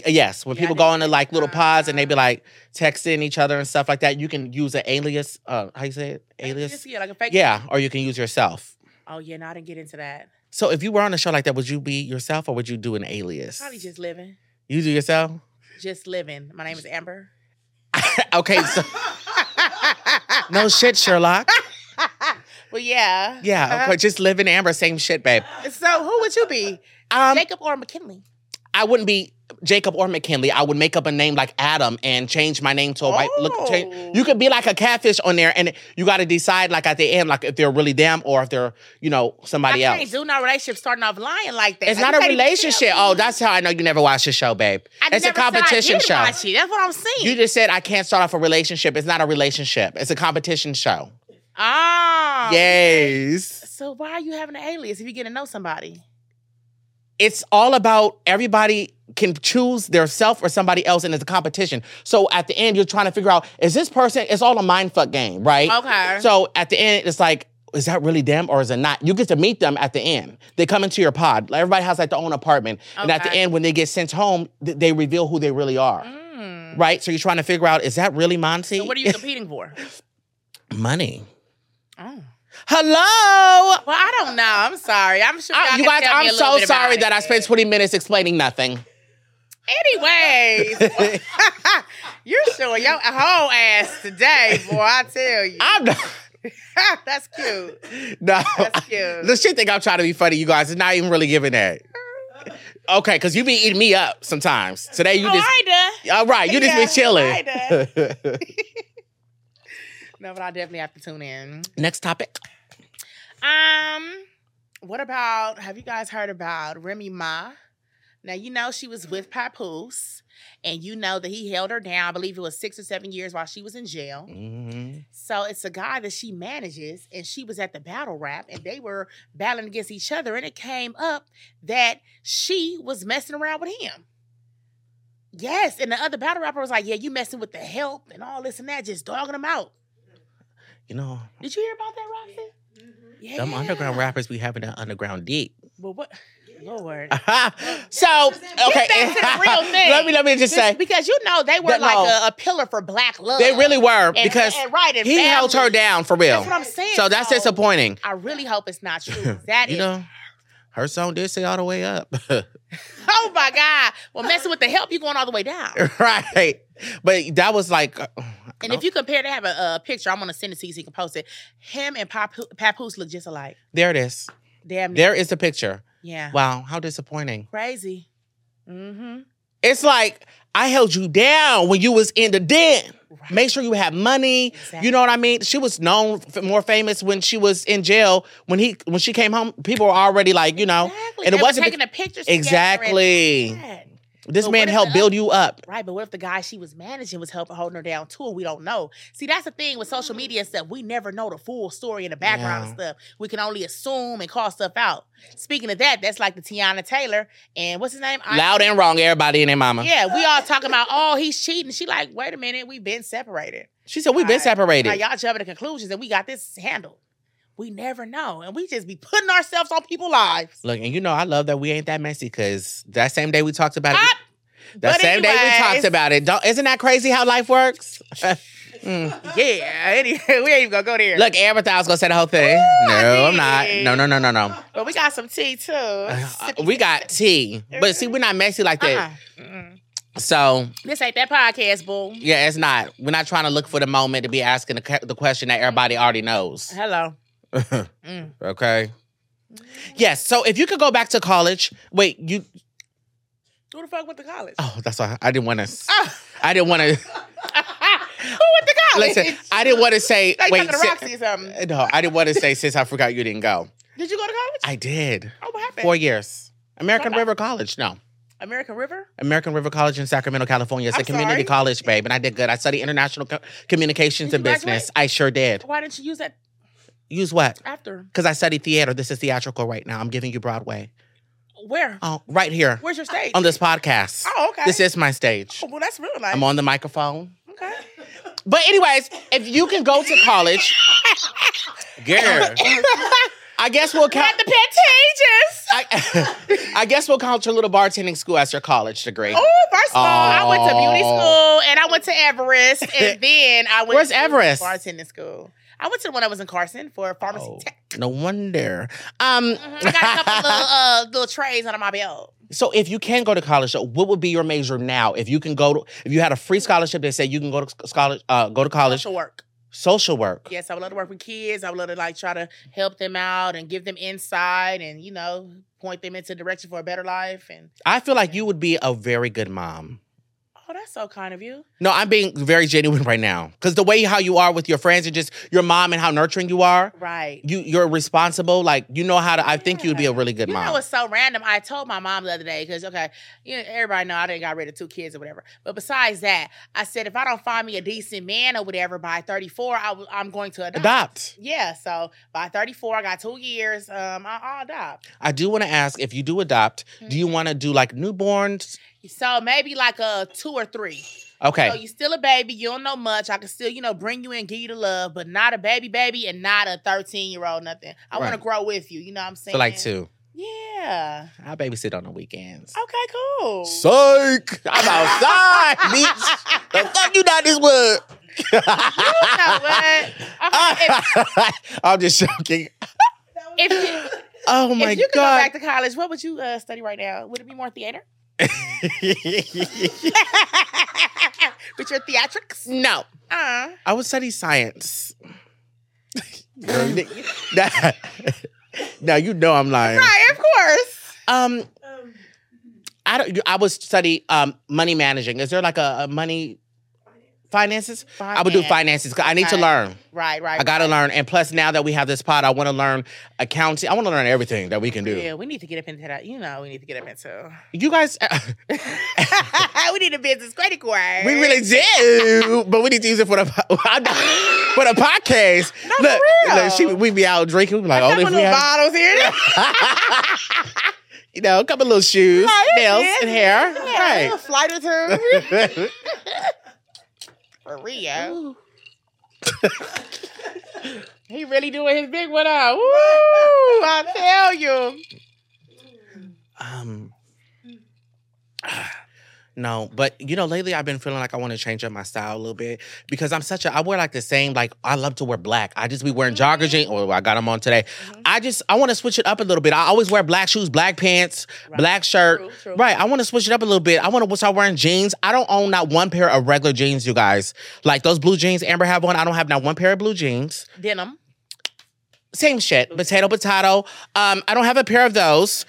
[SPEAKER 3] Yes, when
[SPEAKER 2] Yeah, I
[SPEAKER 3] people
[SPEAKER 2] did
[SPEAKER 3] go
[SPEAKER 2] see
[SPEAKER 3] into
[SPEAKER 2] that.
[SPEAKER 3] like little pods and they be like texting each other and stuff like that, you can use an alias. Uh, how you say it? Alias.
[SPEAKER 2] Yeah, like a fake.
[SPEAKER 3] Yeah, or you can use yourself.
[SPEAKER 2] Oh yeah, no, I didn't get into that.
[SPEAKER 3] So if you were on a show like that, would you be yourself or would you do an alias?
[SPEAKER 2] Probably just living.
[SPEAKER 3] you do yourself. *laughs*
[SPEAKER 2] Just living. My name is Amber.
[SPEAKER 3] okay,
[SPEAKER 2] *laughs*
[SPEAKER 3] so no shit, Sherlock.
[SPEAKER 2] well, yeah. *laughs*
[SPEAKER 3] Yeah, okay, just live in Amber, same shit, babe.
[SPEAKER 2] Uh, so who would you be?
[SPEAKER 3] *laughs* Um,
[SPEAKER 2] Jacob or McKinley?
[SPEAKER 3] I wouldn't be Jacob or McKinley. I would make up a name like Adam and change my name to a white look. change-
[SPEAKER 2] Oh.
[SPEAKER 3] You could be like a catfish on there, and you got to decide like at the end, like if they're really them or if they're you know somebody
[SPEAKER 2] I
[SPEAKER 3] else.
[SPEAKER 2] can't do no relationship starting off lying like that.
[SPEAKER 3] it's
[SPEAKER 2] Like,
[SPEAKER 3] not
[SPEAKER 2] you
[SPEAKER 3] a
[SPEAKER 2] can't even
[SPEAKER 3] relationship.
[SPEAKER 2] tell
[SPEAKER 3] Oh,
[SPEAKER 2] me.
[SPEAKER 3] that's how I know you never watched the show, babe.
[SPEAKER 2] I
[SPEAKER 3] it's a
[SPEAKER 2] never said I
[SPEAKER 3] competition
[SPEAKER 2] did
[SPEAKER 3] show.
[SPEAKER 2] watch it. That's what I'm saying.
[SPEAKER 3] You just said I can't start off a relationship. It's not a relationship. It's a competition show.
[SPEAKER 2] oh.
[SPEAKER 3] yes.
[SPEAKER 2] So why are you having an alias if you get to know
[SPEAKER 3] *laughs*
[SPEAKER 2] somebody?
[SPEAKER 3] it's all about everybody can choose their self or somebody else and it's a competition. So at the end, you're trying to figure out, is this person, it's all a mind fuck game, right?
[SPEAKER 2] Okay.
[SPEAKER 3] So at the end, it's like, is that really them or is it not? You get to meet them at the end. They come into your pod. Like, everybody has like their own apartment. And at the
[SPEAKER 2] Okay.
[SPEAKER 3] end, when they get sent home, th- they reveal who they really are. Right? So you're trying to figure out, is that really Monty?
[SPEAKER 2] Hmm. So what are you competing for?
[SPEAKER 3] Money.
[SPEAKER 2] Oh.
[SPEAKER 3] Hello.
[SPEAKER 2] Well, I don't know. I'm sorry. I'm sure.
[SPEAKER 3] I-
[SPEAKER 2] y'all
[SPEAKER 3] you
[SPEAKER 2] can
[SPEAKER 3] guys,
[SPEAKER 2] tell me
[SPEAKER 3] I'm
[SPEAKER 2] a little
[SPEAKER 3] so
[SPEAKER 2] bit about
[SPEAKER 3] sorry
[SPEAKER 2] it.
[SPEAKER 3] that I spent 20 minutes explaining nothing.
[SPEAKER 2] Anyways,
[SPEAKER 3] *laughs*
[SPEAKER 2] *laughs* you're showing your whole ass today, boy. I tell you,
[SPEAKER 3] I'm not.
[SPEAKER 2] *laughs* that's cute. *laughs*
[SPEAKER 3] No, *laughs*
[SPEAKER 2] That's cute.
[SPEAKER 3] the shit think I'm trying to be funny, you guys. It's not even really
[SPEAKER 2] *laughs*
[SPEAKER 3] giving that. Okay, because you be eating me up sometimes. Today you
[SPEAKER 2] oh,
[SPEAKER 3] just
[SPEAKER 2] I done.
[SPEAKER 3] all right. You just
[SPEAKER 2] Yeah,
[SPEAKER 3] be chilling.
[SPEAKER 2] I done. no, but I definitely have to tune in.
[SPEAKER 3] *laughs* Next topic.
[SPEAKER 2] Um, what about? Have you guys heard about Remy Ma? Now you know she was with Papoose, and you know that he held her down. I believe it was six or seven years while she was in jail.
[SPEAKER 3] Mm-hmm.
[SPEAKER 2] So it's a guy that she manages, and she was at the battle rap, and they were battling against each other, and it came up that she was messing around with him. Yes, and the other battle rapper was like, "Yeah, you messing with the help and all this and that, just dogging him out."
[SPEAKER 3] You know,
[SPEAKER 2] Did you hear about that, Roxy? Yeah.
[SPEAKER 3] them underground rappers be having that
[SPEAKER 2] *laughs*
[SPEAKER 3] underground deep. *laughs*
[SPEAKER 2] Well, what? Lord.
[SPEAKER 3] so
[SPEAKER 2] back
[SPEAKER 3] okay,
[SPEAKER 2] to the real thing.
[SPEAKER 3] *laughs* let me let me just say
[SPEAKER 2] because you know they were
[SPEAKER 3] That-
[SPEAKER 2] like
[SPEAKER 3] no.
[SPEAKER 2] a, a pillar for black love.
[SPEAKER 3] they really were
[SPEAKER 2] And-
[SPEAKER 3] because
[SPEAKER 2] and right, and
[SPEAKER 3] he held her
[SPEAKER 2] family.
[SPEAKER 3] down for real.
[SPEAKER 2] That's what I'm saying.
[SPEAKER 3] so that's disappointing.
[SPEAKER 2] I really hope it's not true.
[SPEAKER 3] *laughs*
[SPEAKER 2] That is
[SPEAKER 3] You know, her song did say all the way up.
[SPEAKER 2] *laughs*
[SPEAKER 3] *laughs*
[SPEAKER 2] Oh my God. Well, messing with the help, you're going all the way down.
[SPEAKER 3] right. But that was like uh,
[SPEAKER 2] And if you compare, they have a, a picture. I'm gonna send it to you so you can post it. Him and Papu- Papoose look just alike.
[SPEAKER 3] there it is.
[SPEAKER 2] Damn. near.
[SPEAKER 3] There is the picture.
[SPEAKER 2] Yeah.
[SPEAKER 3] Wow, how disappointing.
[SPEAKER 2] Crazy. Mm-hmm.
[SPEAKER 3] It's like I held you down when you was in the den. Make sure you have money. You know what I mean? She was known f- more famous when she was in jail. When he when she came home, people were already like,
[SPEAKER 2] *laughs*
[SPEAKER 3] you know,
[SPEAKER 2] Exactly.
[SPEAKER 3] and
[SPEAKER 2] They
[SPEAKER 3] it
[SPEAKER 2] were
[SPEAKER 3] wasn't
[SPEAKER 2] taking a picture. together and-
[SPEAKER 3] Exactly.
[SPEAKER 2] God.
[SPEAKER 3] This
[SPEAKER 2] But
[SPEAKER 3] man
[SPEAKER 2] what if
[SPEAKER 3] helped
[SPEAKER 2] the-
[SPEAKER 3] build you up.
[SPEAKER 2] Right, but what if the guy she was managing was helping holding her down too, and we don't know? See, that's the thing with social media
[SPEAKER 3] Mm.
[SPEAKER 2] and stuff. We never know the full story and the background and stuff. We can only assume and call stuff out. Speaking of that, that's like the Tiana Taylor and what's his name? I-
[SPEAKER 3] Loud and wrong, everybody and their mama.
[SPEAKER 2] yeah, we all talking about oh he's cheating. She like, wait a minute, we've been separated.
[SPEAKER 3] She said, We've been
[SPEAKER 2] Right.
[SPEAKER 3] separated.
[SPEAKER 2] Now y'all jumping to conclusions, and we got this handled. We never know, and we just be putting ourselves on people's lives.
[SPEAKER 3] Look, and you know, I love that we ain't that messy because that same day we talked about
[SPEAKER 2] Ah,
[SPEAKER 3] it. That
[SPEAKER 2] but
[SPEAKER 3] same day we talked
[SPEAKER 2] anyways.
[SPEAKER 3] about it. Don't, isn't that crazy how life works? *laughs* Mm.
[SPEAKER 2] yeah, *laughs* any, we ain't even gonna go there.
[SPEAKER 3] Look, Amber thought I was gonna say the whole thing. no, I'm not.
[SPEAKER 2] did.
[SPEAKER 3] No, no, no, no, no.
[SPEAKER 2] but we got some tea too.
[SPEAKER 3] Uh, we got tea, but see, we're not messy like that.
[SPEAKER 2] Uh-uh. Mm-mm.
[SPEAKER 3] Uh-huh. So
[SPEAKER 2] This ain't that podcast, boo.
[SPEAKER 3] yeah, it's not. We're not trying to look for the moment to be asking the, que- the question that everybody already knows. *laughs*
[SPEAKER 2] Hello. Mm.
[SPEAKER 3] Uh-huh. Okay. Yes. So if you could go back to college, wait, you. *laughs*
[SPEAKER 2] *laughs* Who the fuck went to college?
[SPEAKER 3] Oh, that's why I didn't want to. I didn't want to.
[SPEAKER 2] Who went to college.
[SPEAKER 3] Listen, *laughs* I didn't want to say.
[SPEAKER 2] Like
[SPEAKER 3] wait,
[SPEAKER 2] Dr.
[SPEAKER 3] si-
[SPEAKER 2] Roxy or something.
[SPEAKER 3] no, I didn't want to say since I forgot you didn't go.
[SPEAKER 2] Did you go to college?
[SPEAKER 3] I *laughs* did
[SPEAKER 2] oh, what happened?
[SPEAKER 3] four years. American
[SPEAKER 2] Wow.
[SPEAKER 3] River College. No,
[SPEAKER 2] American River?
[SPEAKER 3] American River College in Sacramento, California. It's
[SPEAKER 2] I'm
[SPEAKER 3] a community
[SPEAKER 2] sorry.
[SPEAKER 3] college, babe, and I did good. I studied international co- communications
[SPEAKER 2] Did
[SPEAKER 3] and
[SPEAKER 2] you
[SPEAKER 3] business. I sure did.
[SPEAKER 2] Why didn't you use that
[SPEAKER 3] Use what?
[SPEAKER 2] after?
[SPEAKER 3] Because I studied theater. This is theatrical right now. I'm giving you Broadway.
[SPEAKER 2] Where?
[SPEAKER 3] Oh, right here
[SPEAKER 2] Where's your stage?
[SPEAKER 3] on this podcast.
[SPEAKER 2] oh, okay.
[SPEAKER 3] This is my stage.
[SPEAKER 2] Oh, well, that's real life.
[SPEAKER 3] I'm on the microphone.
[SPEAKER 2] okay.
[SPEAKER 3] But anyways, if you can go to
[SPEAKER 2] *laughs*
[SPEAKER 3] college, girl, I guess we'll count.
[SPEAKER 2] Not the contagious.
[SPEAKER 3] I, I *laughs* guess we'll count your little bartending school as your college degree.
[SPEAKER 2] Oh, first of all, I went to beauty
[SPEAKER 3] Oh.
[SPEAKER 2] school and I went to Everest
[SPEAKER 3] *laughs*
[SPEAKER 2] and then I went
[SPEAKER 3] Where's
[SPEAKER 2] to
[SPEAKER 3] Everest?
[SPEAKER 2] bartending school. I went to the one that was in Carson for pharmacy
[SPEAKER 3] Oh,
[SPEAKER 2] tech.
[SPEAKER 3] no wonder. Um,
[SPEAKER 2] Mhm. I got a
[SPEAKER 3] *laughs*
[SPEAKER 2] couple little uh, little trays under my belt.
[SPEAKER 3] so if you can go to college, though, what would be your major now? If you can go to, if you had a free
[SPEAKER 2] Mm-hmm.
[SPEAKER 3] scholarship, they say you can go to college, uh, go to college,
[SPEAKER 2] Social work.
[SPEAKER 3] social work.
[SPEAKER 2] Yes, I would love to work with kids. I would love to like try to help them out and give them insight and you know point them into direction for a better life. And
[SPEAKER 3] I feel like you would be a very good mom.
[SPEAKER 2] oh, that's so kind of you.
[SPEAKER 3] No, I'm being very genuine *laughs* right now because the way how you are with your friends and just your mom and how nurturing you are,
[SPEAKER 2] Right.
[SPEAKER 3] you you're responsible. Like you know how to. I think you'd be a really good
[SPEAKER 2] You
[SPEAKER 3] mom.
[SPEAKER 2] know, it's so random. I told my mom the other day because okay, you know, everybody know I didn't got rid of two kids or whatever. But besides that, I said if I don't find me a decent man or whatever by 34, I w- I'm going to adopt.
[SPEAKER 3] Adopt.
[SPEAKER 2] Yeah, so by 34, I got two years. Um, I, I'll adopt.
[SPEAKER 3] I do want to ask if you do adopt, do
[SPEAKER 2] Mm-hmm.
[SPEAKER 3] you want to do like newborns?
[SPEAKER 2] So maybe like a two or three.
[SPEAKER 3] Okay.
[SPEAKER 2] So Oh, you still a baby. You don't know much. I can still, you know, bring you in, give you the love, but not a baby baby and not a 13 year old nothing. I want
[SPEAKER 3] Right.
[SPEAKER 2] to grow with you. You know what I'm saying?
[SPEAKER 3] so like two.
[SPEAKER 2] Yeah.
[SPEAKER 3] I babysit on the weekends.
[SPEAKER 2] Okay, cool.
[SPEAKER 3] Psych! I'm *laughs* outside, bitch. The fuck you not this *laughs* wood.
[SPEAKER 2] you know
[SPEAKER 3] *laughs*
[SPEAKER 2] what? Okay, if,
[SPEAKER 3] I'm just joking.
[SPEAKER 2] if you,
[SPEAKER 3] Oh
[SPEAKER 2] if
[SPEAKER 3] my
[SPEAKER 2] you could go
[SPEAKER 3] god!
[SPEAKER 2] back to college, what would you uh, study right now? Would it be more
[SPEAKER 3] *laughs*
[SPEAKER 2] theater? *laughs* With your theatrics?
[SPEAKER 3] no,
[SPEAKER 2] Uh,
[SPEAKER 3] I would study science. Girl, you *laughs* didn't- Nah. now you know I'm lying.
[SPEAKER 2] right, of course.
[SPEAKER 3] Um,
[SPEAKER 5] Um,
[SPEAKER 3] I don't. I would study um money managing. Is there like a, a money finances? I would do finances. 'cause I need to
[SPEAKER 2] Okay.
[SPEAKER 3] learn.
[SPEAKER 2] Right, right.
[SPEAKER 3] I gotta learn. And plus, now that we have this pod, I want to learn accounting. I want to learn everything that we can do.
[SPEAKER 2] Yeah, we need to get up into that. You know, we need to get up into. *laughs*
[SPEAKER 3] You guys, *laughs*
[SPEAKER 2] we need a business credit card.
[SPEAKER 3] we really do, but we need to use it for the po- *laughs* for the podcast.
[SPEAKER 2] *laughs* No, for
[SPEAKER 3] look,
[SPEAKER 2] real.
[SPEAKER 3] look, she, we be out drinking. We be like,
[SPEAKER 2] Couple
[SPEAKER 3] only if
[SPEAKER 2] little
[SPEAKER 3] we have,
[SPEAKER 2] bottles here.
[SPEAKER 3] *laughs* you know, a couple little shoes,
[SPEAKER 2] Right,
[SPEAKER 3] nails,
[SPEAKER 2] yeah.
[SPEAKER 3] and
[SPEAKER 2] Yeah,
[SPEAKER 3] hair.
[SPEAKER 2] A little
[SPEAKER 3] Right.
[SPEAKER 2] flight or *laughs* two.
[SPEAKER 3] *laughs*
[SPEAKER 2] For Rio. he really doing his big one out. Woo! I tell you.
[SPEAKER 3] Um, *sighs* no, but you know, lately I've been feeling like I want to change up my style a little bit because I'm such a I wear like the same like I love to wear black. I just be wearing
[SPEAKER 2] Mm-hmm.
[SPEAKER 3] jogger jeans. Oh, I got them on today. I just I want to switch it up a little bit. I always wear black shoes, black pants, black shirt.
[SPEAKER 2] True, true.
[SPEAKER 3] Right. I want to switch it up a little bit. I want to start wearing jeans. I don't own not one pair of regular jeans, you guys. Like those blue jeans Amber have on. I don't have not one pair of blue jeans
[SPEAKER 2] Denim.
[SPEAKER 3] same shit. Potato, potato. Um, I don't have a pair of those.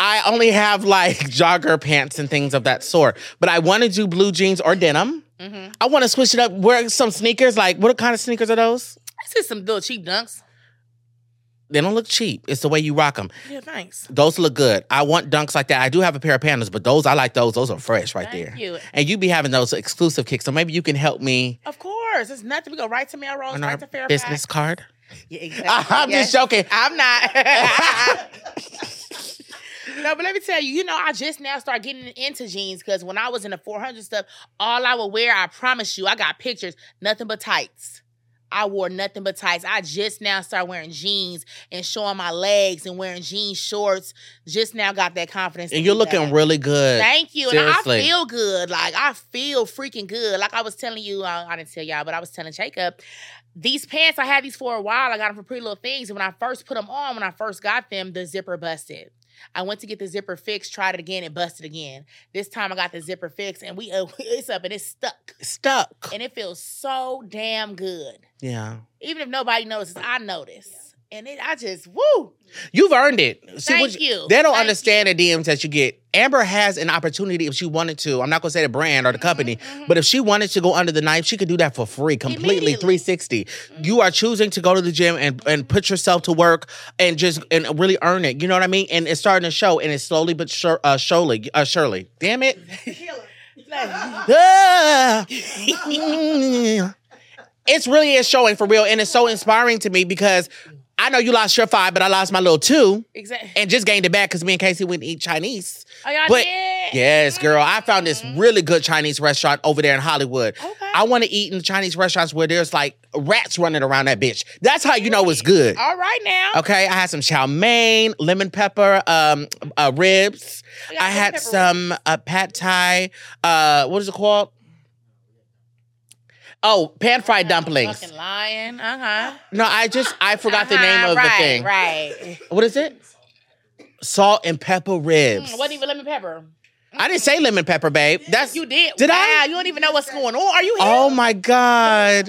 [SPEAKER 3] I only have like *laughs* jogger pants and things of that sort. But I want to do blue jeans or denim.
[SPEAKER 2] Mm-hmm.
[SPEAKER 3] I want to switch it up. Wear some sneakers. Like, what kind of sneakers are those?
[SPEAKER 2] This is some little cheap dunks.
[SPEAKER 3] They don't look cheap. It's the way you rock them.
[SPEAKER 2] Yeah, thanks.
[SPEAKER 3] Those look good. I want dunks like that. I do have a pair of pandas, but those I like those. Those are fresh right
[SPEAKER 2] Thank
[SPEAKER 3] there.
[SPEAKER 2] you.
[SPEAKER 3] And you be having those exclusive kicks, so maybe you can help me
[SPEAKER 2] Of course. It's nothing. We go right to Melrose,
[SPEAKER 3] on
[SPEAKER 2] right
[SPEAKER 3] our
[SPEAKER 2] to Fairfax.
[SPEAKER 3] business card.
[SPEAKER 2] Yeah, exactly.
[SPEAKER 3] *laughs*
[SPEAKER 2] *laughs*
[SPEAKER 3] I'm
[SPEAKER 2] Yeah.
[SPEAKER 3] just joking.
[SPEAKER 2] I'm
[SPEAKER 3] *laughs*
[SPEAKER 2] not. no, but let me tell you, you know, I just now start getting into jeans because when I was in the 400 stuff, all I would wear, I promise you, I got pictures, nothing but tights. I wore nothing but tights. I just now started wearing jeans and showing my legs and wearing jean shorts. Just now got that confidence. to
[SPEAKER 3] And you're
[SPEAKER 2] do that.
[SPEAKER 3] looking really good.
[SPEAKER 2] Thank you. And I
[SPEAKER 3] Seriously.
[SPEAKER 2] feel good. Like I feel freaking good. Like I was telling you, uh, I didn't tell y'all, but I was telling Jacob, these pants I had these for a while. I got them for Pretty Little Things, and when I first put them on, when I first got them, the zipper busted. I went to get the zipper fixed, tried it again, it busted again. This time I got the zipper fixed, and we uh, *laughs* it's up and it's stuck,
[SPEAKER 3] Stuck.
[SPEAKER 2] and it feels so damn good.
[SPEAKER 3] yeah.
[SPEAKER 2] Even if nobody notices, I notice, and it I just woo.
[SPEAKER 3] You've earned it. See,
[SPEAKER 2] Thank
[SPEAKER 3] what
[SPEAKER 2] you.
[SPEAKER 3] They don't
[SPEAKER 2] Thank
[SPEAKER 3] understand the DMs that you get Amber has an opportunity if she wanted to. I'm not gonna say the brand
[SPEAKER 2] Mm-hmm,
[SPEAKER 3] or the company, but if she wanted to go under the knife, she could do that for free,
[SPEAKER 2] Immediately.
[SPEAKER 3] completely
[SPEAKER 2] Mm-hmm.
[SPEAKER 3] 360. You are choosing to go to the gym and, and put yourself to work and just and really earn it. You know what I mean? And it's starting to show, and it's slowly but sure, uh, surely, uh, surely.
[SPEAKER 2] *laughs*
[SPEAKER 3] Damn it.
[SPEAKER 5] Killer.
[SPEAKER 3] Ah. it's really is showing for real, and it's so inspiring to me because I know you lost your five, but I lost my little two
[SPEAKER 2] Exactly.
[SPEAKER 3] and just gained it back because me and Casey wouldn't eat Chinese. Mm-hmm.
[SPEAKER 2] Oh, y'all
[SPEAKER 3] But-
[SPEAKER 2] did?
[SPEAKER 3] Yes, girl, I found this really good Chinese restaurant over there in Hollywood.
[SPEAKER 2] Okay.
[SPEAKER 3] I want to eat in Chinese restaurants where there's like rats running around that bitch. That's how you know it's good.
[SPEAKER 2] All right now.
[SPEAKER 3] Okay, I had some chow mein, lemon pepper, um, uh, ribs.
[SPEAKER 2] We got
[SPEAKER 3] I had
[SPEAKER 2] pepperoni.
[SPEAKER 3] some uh, pad thai. Uh, what is it called? Oh, pan fried dumplings.
[SPEAKER 2] Fucking lion. Uh huh.
[SPEAKER 3] No, I just I forgot the name of
[SPEAKER 2] right,
[SPEAKER 3] the thing. *laughs*
[SPEAKER 2] Right.
[SPEAKER 3] What is it? Salt and pepper ribs.
[SPEAKER 2] Mm, wasn't even lemon pepper.
[SPEAKER 3] I didn't say lemon pepper, babe. That's
[SPEAKER 2] You did.
[SPEAKER 3] Did
[SPEAKER 2] wow,
[SPEAKER 3] I?
[SPEAKER 2] You don't even know what's going on. Are you here?
[SPEAKER 3] Oh
[SPEAKER 2] *laughs*
[SPEAKER 3] my god.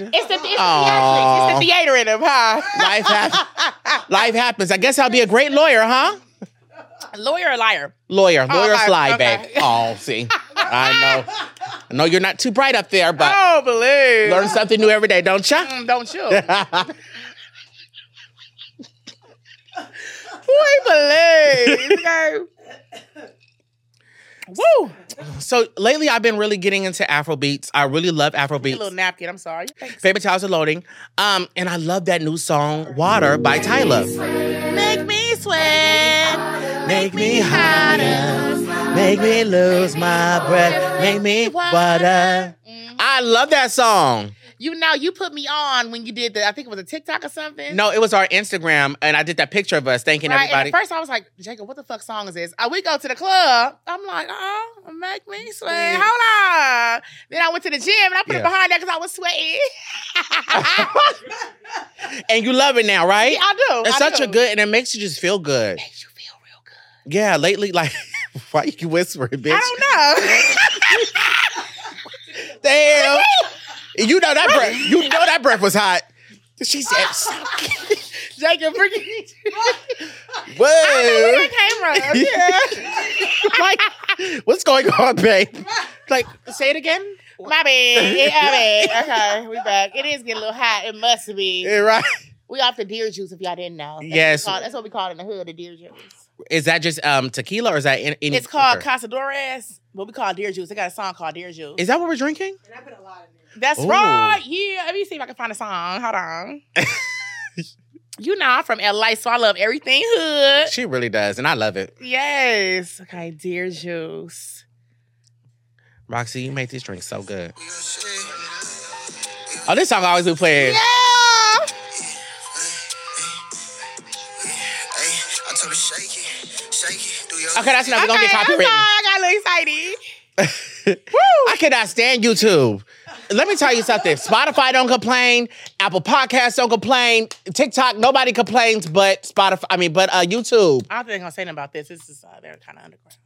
[SPEAKER 2] It's the, it's the theatrics. It's the theater in him, huh?
[SPEAKER 3] Life happens. Life happens. I guess I'll be a great lawyer, huh?
[SPEAKER 2] Lawyer or liar?
[SPEAKER 3] Lawyer,
[SPEAKER 2] Oh,
[SPEAKER 3] lawyer,
[SPEAKER 2] my-
[SPEAKER 3] fly,
[SPEAKER 2] okay. *laughs*
[SPEAKER 3] babe. Oh, see, I know. I know you're not too bright up there, but
[SPEAKER 2] I don't believe.
[SPEAKER 3] learn something new every day, don't ya? *laughs*
[SPEAKER 2] Mm, don't you? Boy, believe. Okay. *laughs* Woo!
[SPEAKER 3] So lately, I've been really getting into Afro beats. I really love
[SPEAKER 2] A
[SPEAKER 3] Afro
[SPEAKER 2] little
[SPEAKER 3] beats.
[SPEAKER 2] napkin. I'm sorry. Thanks.
[SPEAKER 3] Favorite towels are loading. Um, and I love that new song "Water" by Tyler.
[SPEAKER 2] Make me sweat.
[SPEAKER 3] Make me hotter, make me lose my breath, make me water. I love that song.
[SPEAKER 2] You know, you put me on when you did the. I think it was a TikTok or something.
[SPEAKER 3] No, it was our Instagram, and I did that picture of us thanking
[SPEAKER 2] Right, and
[SPEAKER 3] everybody.
[SPEAKER 2] at first I was like, Jacob, what the fuck song is this? Uh, we go to the club. I'm like, oh, make me sweat. Hold on. Then I went to the gym and I put
[SPEAKER 3] Mm. Yeah.
[SPEAKER 2] it behind that because I was sweating.
[SPEAKER 3] and you love it now,
[SPEAKER 2] *laughs*
[SPEAKER 3] right?
[SPEAKER 2] Yeah, I do.
[SPEAKER 3] It's
[SPEAKER 2] I
[SPEAKER 3] such
[SPEAKER 2] do.
[SPEAKER 3] a good, and it makes you just feel good.
[SPEAKER 2] Makes you feel real good.
[SPEAKER 3] Yeah, lately, like, *laughs* why you whispering, bitch?
[SPEAKER 2] I
[SPEAKER 3] *laughs*
[SPEAKER 2] don't
[SPEAKER 3] Damn. you know that breath. You know that breath was hot. She
[SPEAKER 2] Oh,
[SPEAKER 3] said,
[SPEAKER 2] know. Jacob,
[SPEAKER 3] *laughs*
[SPEAKER 2] freaking.
[SPEAKER 3] "Whoa,
[SPEAKER 2] Where that came from?
[SPEAKER 3] *laughs* like, what's going on, babe?" Like, say it again.
[SPEAKER 2] My bad.
[SPEAKER 3] *laughs*
[SPEAKER 2] It- I mean, okay, we back. It is getting a little hot. It must be.
[SPEAKER 3] Yeah, right?
[SPEAKER 2] We off the deer juice if y'all didn't know. That's what we
[SPEAKER 3] Yes.
[SPEAKER 2] call- that's what we call it in the hood, the deer juice.
[SPEAKER 3] Is that just um tequila or is that in, any?
[SPEAKER 2] It's called
[SPEAKER 3] liquor?
[SPEAKER 2] Casadores, what we call Deer Juice. They got a song called Deer Juice.
[SPEAKER 3] Is that what we're drinking?
[SPEAKER 5] And I put a lot in there.
[SPEAKER 2] That's
[SPEAKER 3] Ooh.
[SPEAKER 2] right. Yeah. Let me see if I can find a song. Hold
[SPEAKER 3] *laughs*
[SPEAKER 2] on. you know, I'm from LA, so I love everything hood.
[SPEAKER 3] She really does, and I love it.
[SPEAKER 2] Yes. Okay, Deer Juice.
[SPEAKER 3] Roxy, you make these drinks so good. Oh, this song always be playing.
[SPEAKER 2] Yeah.
[SPEAKER 3] Okay, that's enough. We're gonna get
[SPEAKER 2] Okay, I'm sorry.
[SPEAKER 3] copywritten.
[SPEAKER 2] I got a little excited.
[SPEAKER 3] I cannot stand YouTube. Let me tell you something. Spotify don't complain. Apple Podcasts don't complain. TikTok, nobody complains, but Spotify. I mean, but uh, YouTube.
[SPEAKER 2] I don't think I'm gonna say nothing about this. This is uh, they're kind of underground.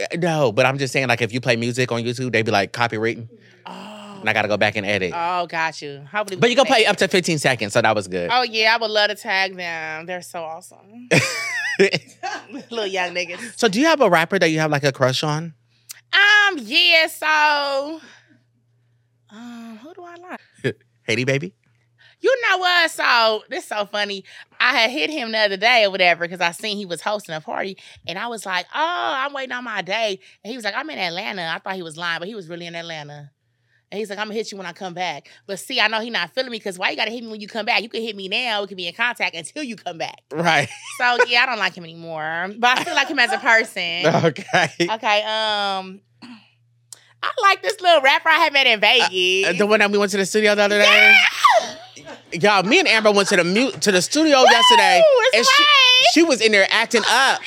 [SPEAKER 3] Uh, No, but I'm just saying, like, if you play music on YouTube, they be like copywritten,
[SPEAKER 2] Oh.
[SPEAKER 3] and I gotta go back and edit.
[SPEAKER 2] Oh, got you. Hopefully, we
[SPEAKER 3] But you can
[SPEAKER 2] make
[SPEAKER 3] play
[SPEAKER 2] it.
[SPEAKER 3] up to 15 seconds, so that was good.
[SPEAKER 2] Oh yeah, I would love to tag them. They're so
[SPEAKER 3] *laughs*
[SPEAKER 2] awesome, *laughs* little young niggas.
[SPEAKER 3] so, do you have a rapper that you have like a crush on?
[SPEAKER 2] Um, yeah. So, um, who do I like?
[SPEAKER 3] Haiti Baby.
[SPEAKER 2] You know what? So this so funny. I had hit him the other day or whatever because I seen he was hosting a party, and I was like, "Oh, I'm waiting on my day." And he was like, "I'm in Atlanta." I thought he was lying, but he was really in Atlanta. And he's like, "I'm gonna hit you when I come back." But see, I know he not feeling me because why you gotta hit me when you come back? You can hit me now. We can be in contact until you come back.
[SPEAKER 3] Right.
[SPEAKER 2] So yeah, I don't like him anymore, but I still like him as a
[SPEAKER 3] *laughs*
[SPEAKER 2] person.
[SPEAKER 3] okay.
[SPEAKER 2] Okay. Um, I like this little rapper I had met in
[SPEAKER 3] Uh,
[SPEAKER 2] Vegas.
[SPEAKER 3] the one that we went to the studio the other day. Y'all, me and Amber went to the mute to the studio yesterday,
[SPEAKER 2] Woo, it's
[SPEAKER 3] and she,
[SPEAKER 2] live.
[SPEAKER 3] she was in there acting
[SPEAKER 2] *sighs*
[SPEAKER 3] up.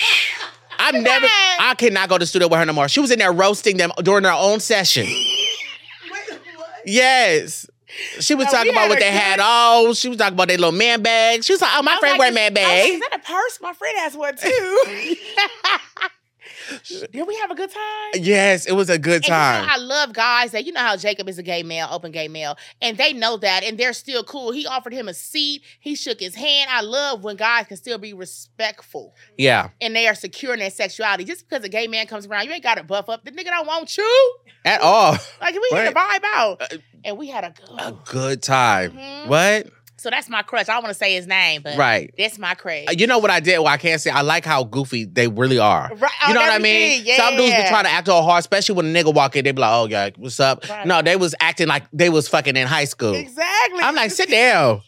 [SPEAKER 3] I'm never.
[SPEAKER 2] live.
[SPEAKER 3] I cannot go to the studio with her no more. She was in there roasting them during her own
[SPEAKER 2] *gasps*
[SPEAKER 3] session.
[SPEAKER 2] *laughs*
[SPEAKER 5] Wait, what?
[SPEAKER 3] Yes. She was
[SPEAKER 2] No,
[SPEAKER 3] talking
[SPEAKER 2] we
[SPEAKER 3] about
[SPEAKER 2] had
[SPEAKER 3] what
[SPEAKER 2] her
[SPEAKER 3] they had on. She was talking about their little man bag. She was like, "Oh, my
[SPEAKER 2] I was
[SPEAKER 3] friend
[SPEAKER 2] like,
[SPEAKER 3] wear
[SPEAKER 2] is-
[SPEAKER 3] man
[SPEAKER 2] I was like,
[SPEAKER 3] bag." *laughs*
[SPEAKER 2] Is that a purse? My friend has one too. Did we have a good time?
[SPEAKER 3] Yes, it was a good
[SPEAKER 2] And you know,
[SPEAKER 3] time.
[SPEAKER 2] I love guys that you know how Jacob is a gay male, open gay male, and they know that, and they're still cool. He offered him a seat. He shook his hand. I love when guys can still be respectful
[SPEAKER 3] yeah,
[SPEAKER 2] and they are secure in their sexuality. Just because a gay man comes around, you ain't got to buff up. The nigga don't want you.
[SPEAKER 3] at all.
[SPEAKER 2] Like we had to vibe out,
[SPEAKER 3] Uh,
[SPEAKER 2] and we had a good.
[SPEAKER 3] A good time.
[SPEAKER 2] Mhm.
[SPEAKER 3] What?
[SPEAKER 2] So that's my crush. I don't want to say his name, but
[SPEAKER 3] Right.
[SPEAKER 2] that's my crush.
[SPEAKER 3] Uh, You know what I did? Well, I can't say. I like how goofy they really are.
[SPEAKER 2] Right, Oh,
[SPEAKER 3] You
[SPEAKER 2] on
[SPEAKER 3] know what I mean?
[SPEAKER 2] everything, Yeah.
[SPEAKER 3] Some dudes be trying to act all hard, especially when a nigga walk in. They be like, "Oh yeah, what's up?"
[SPEAKER 2] Right.
[SPEAKER 3] No, they was acting like they was fucking in high school.
[SPEAKER 2] Exactly.
[SPEAKER 3] I'm like,
[SPEAKER 2] *laughs*
[SPEAKER 3] sit down.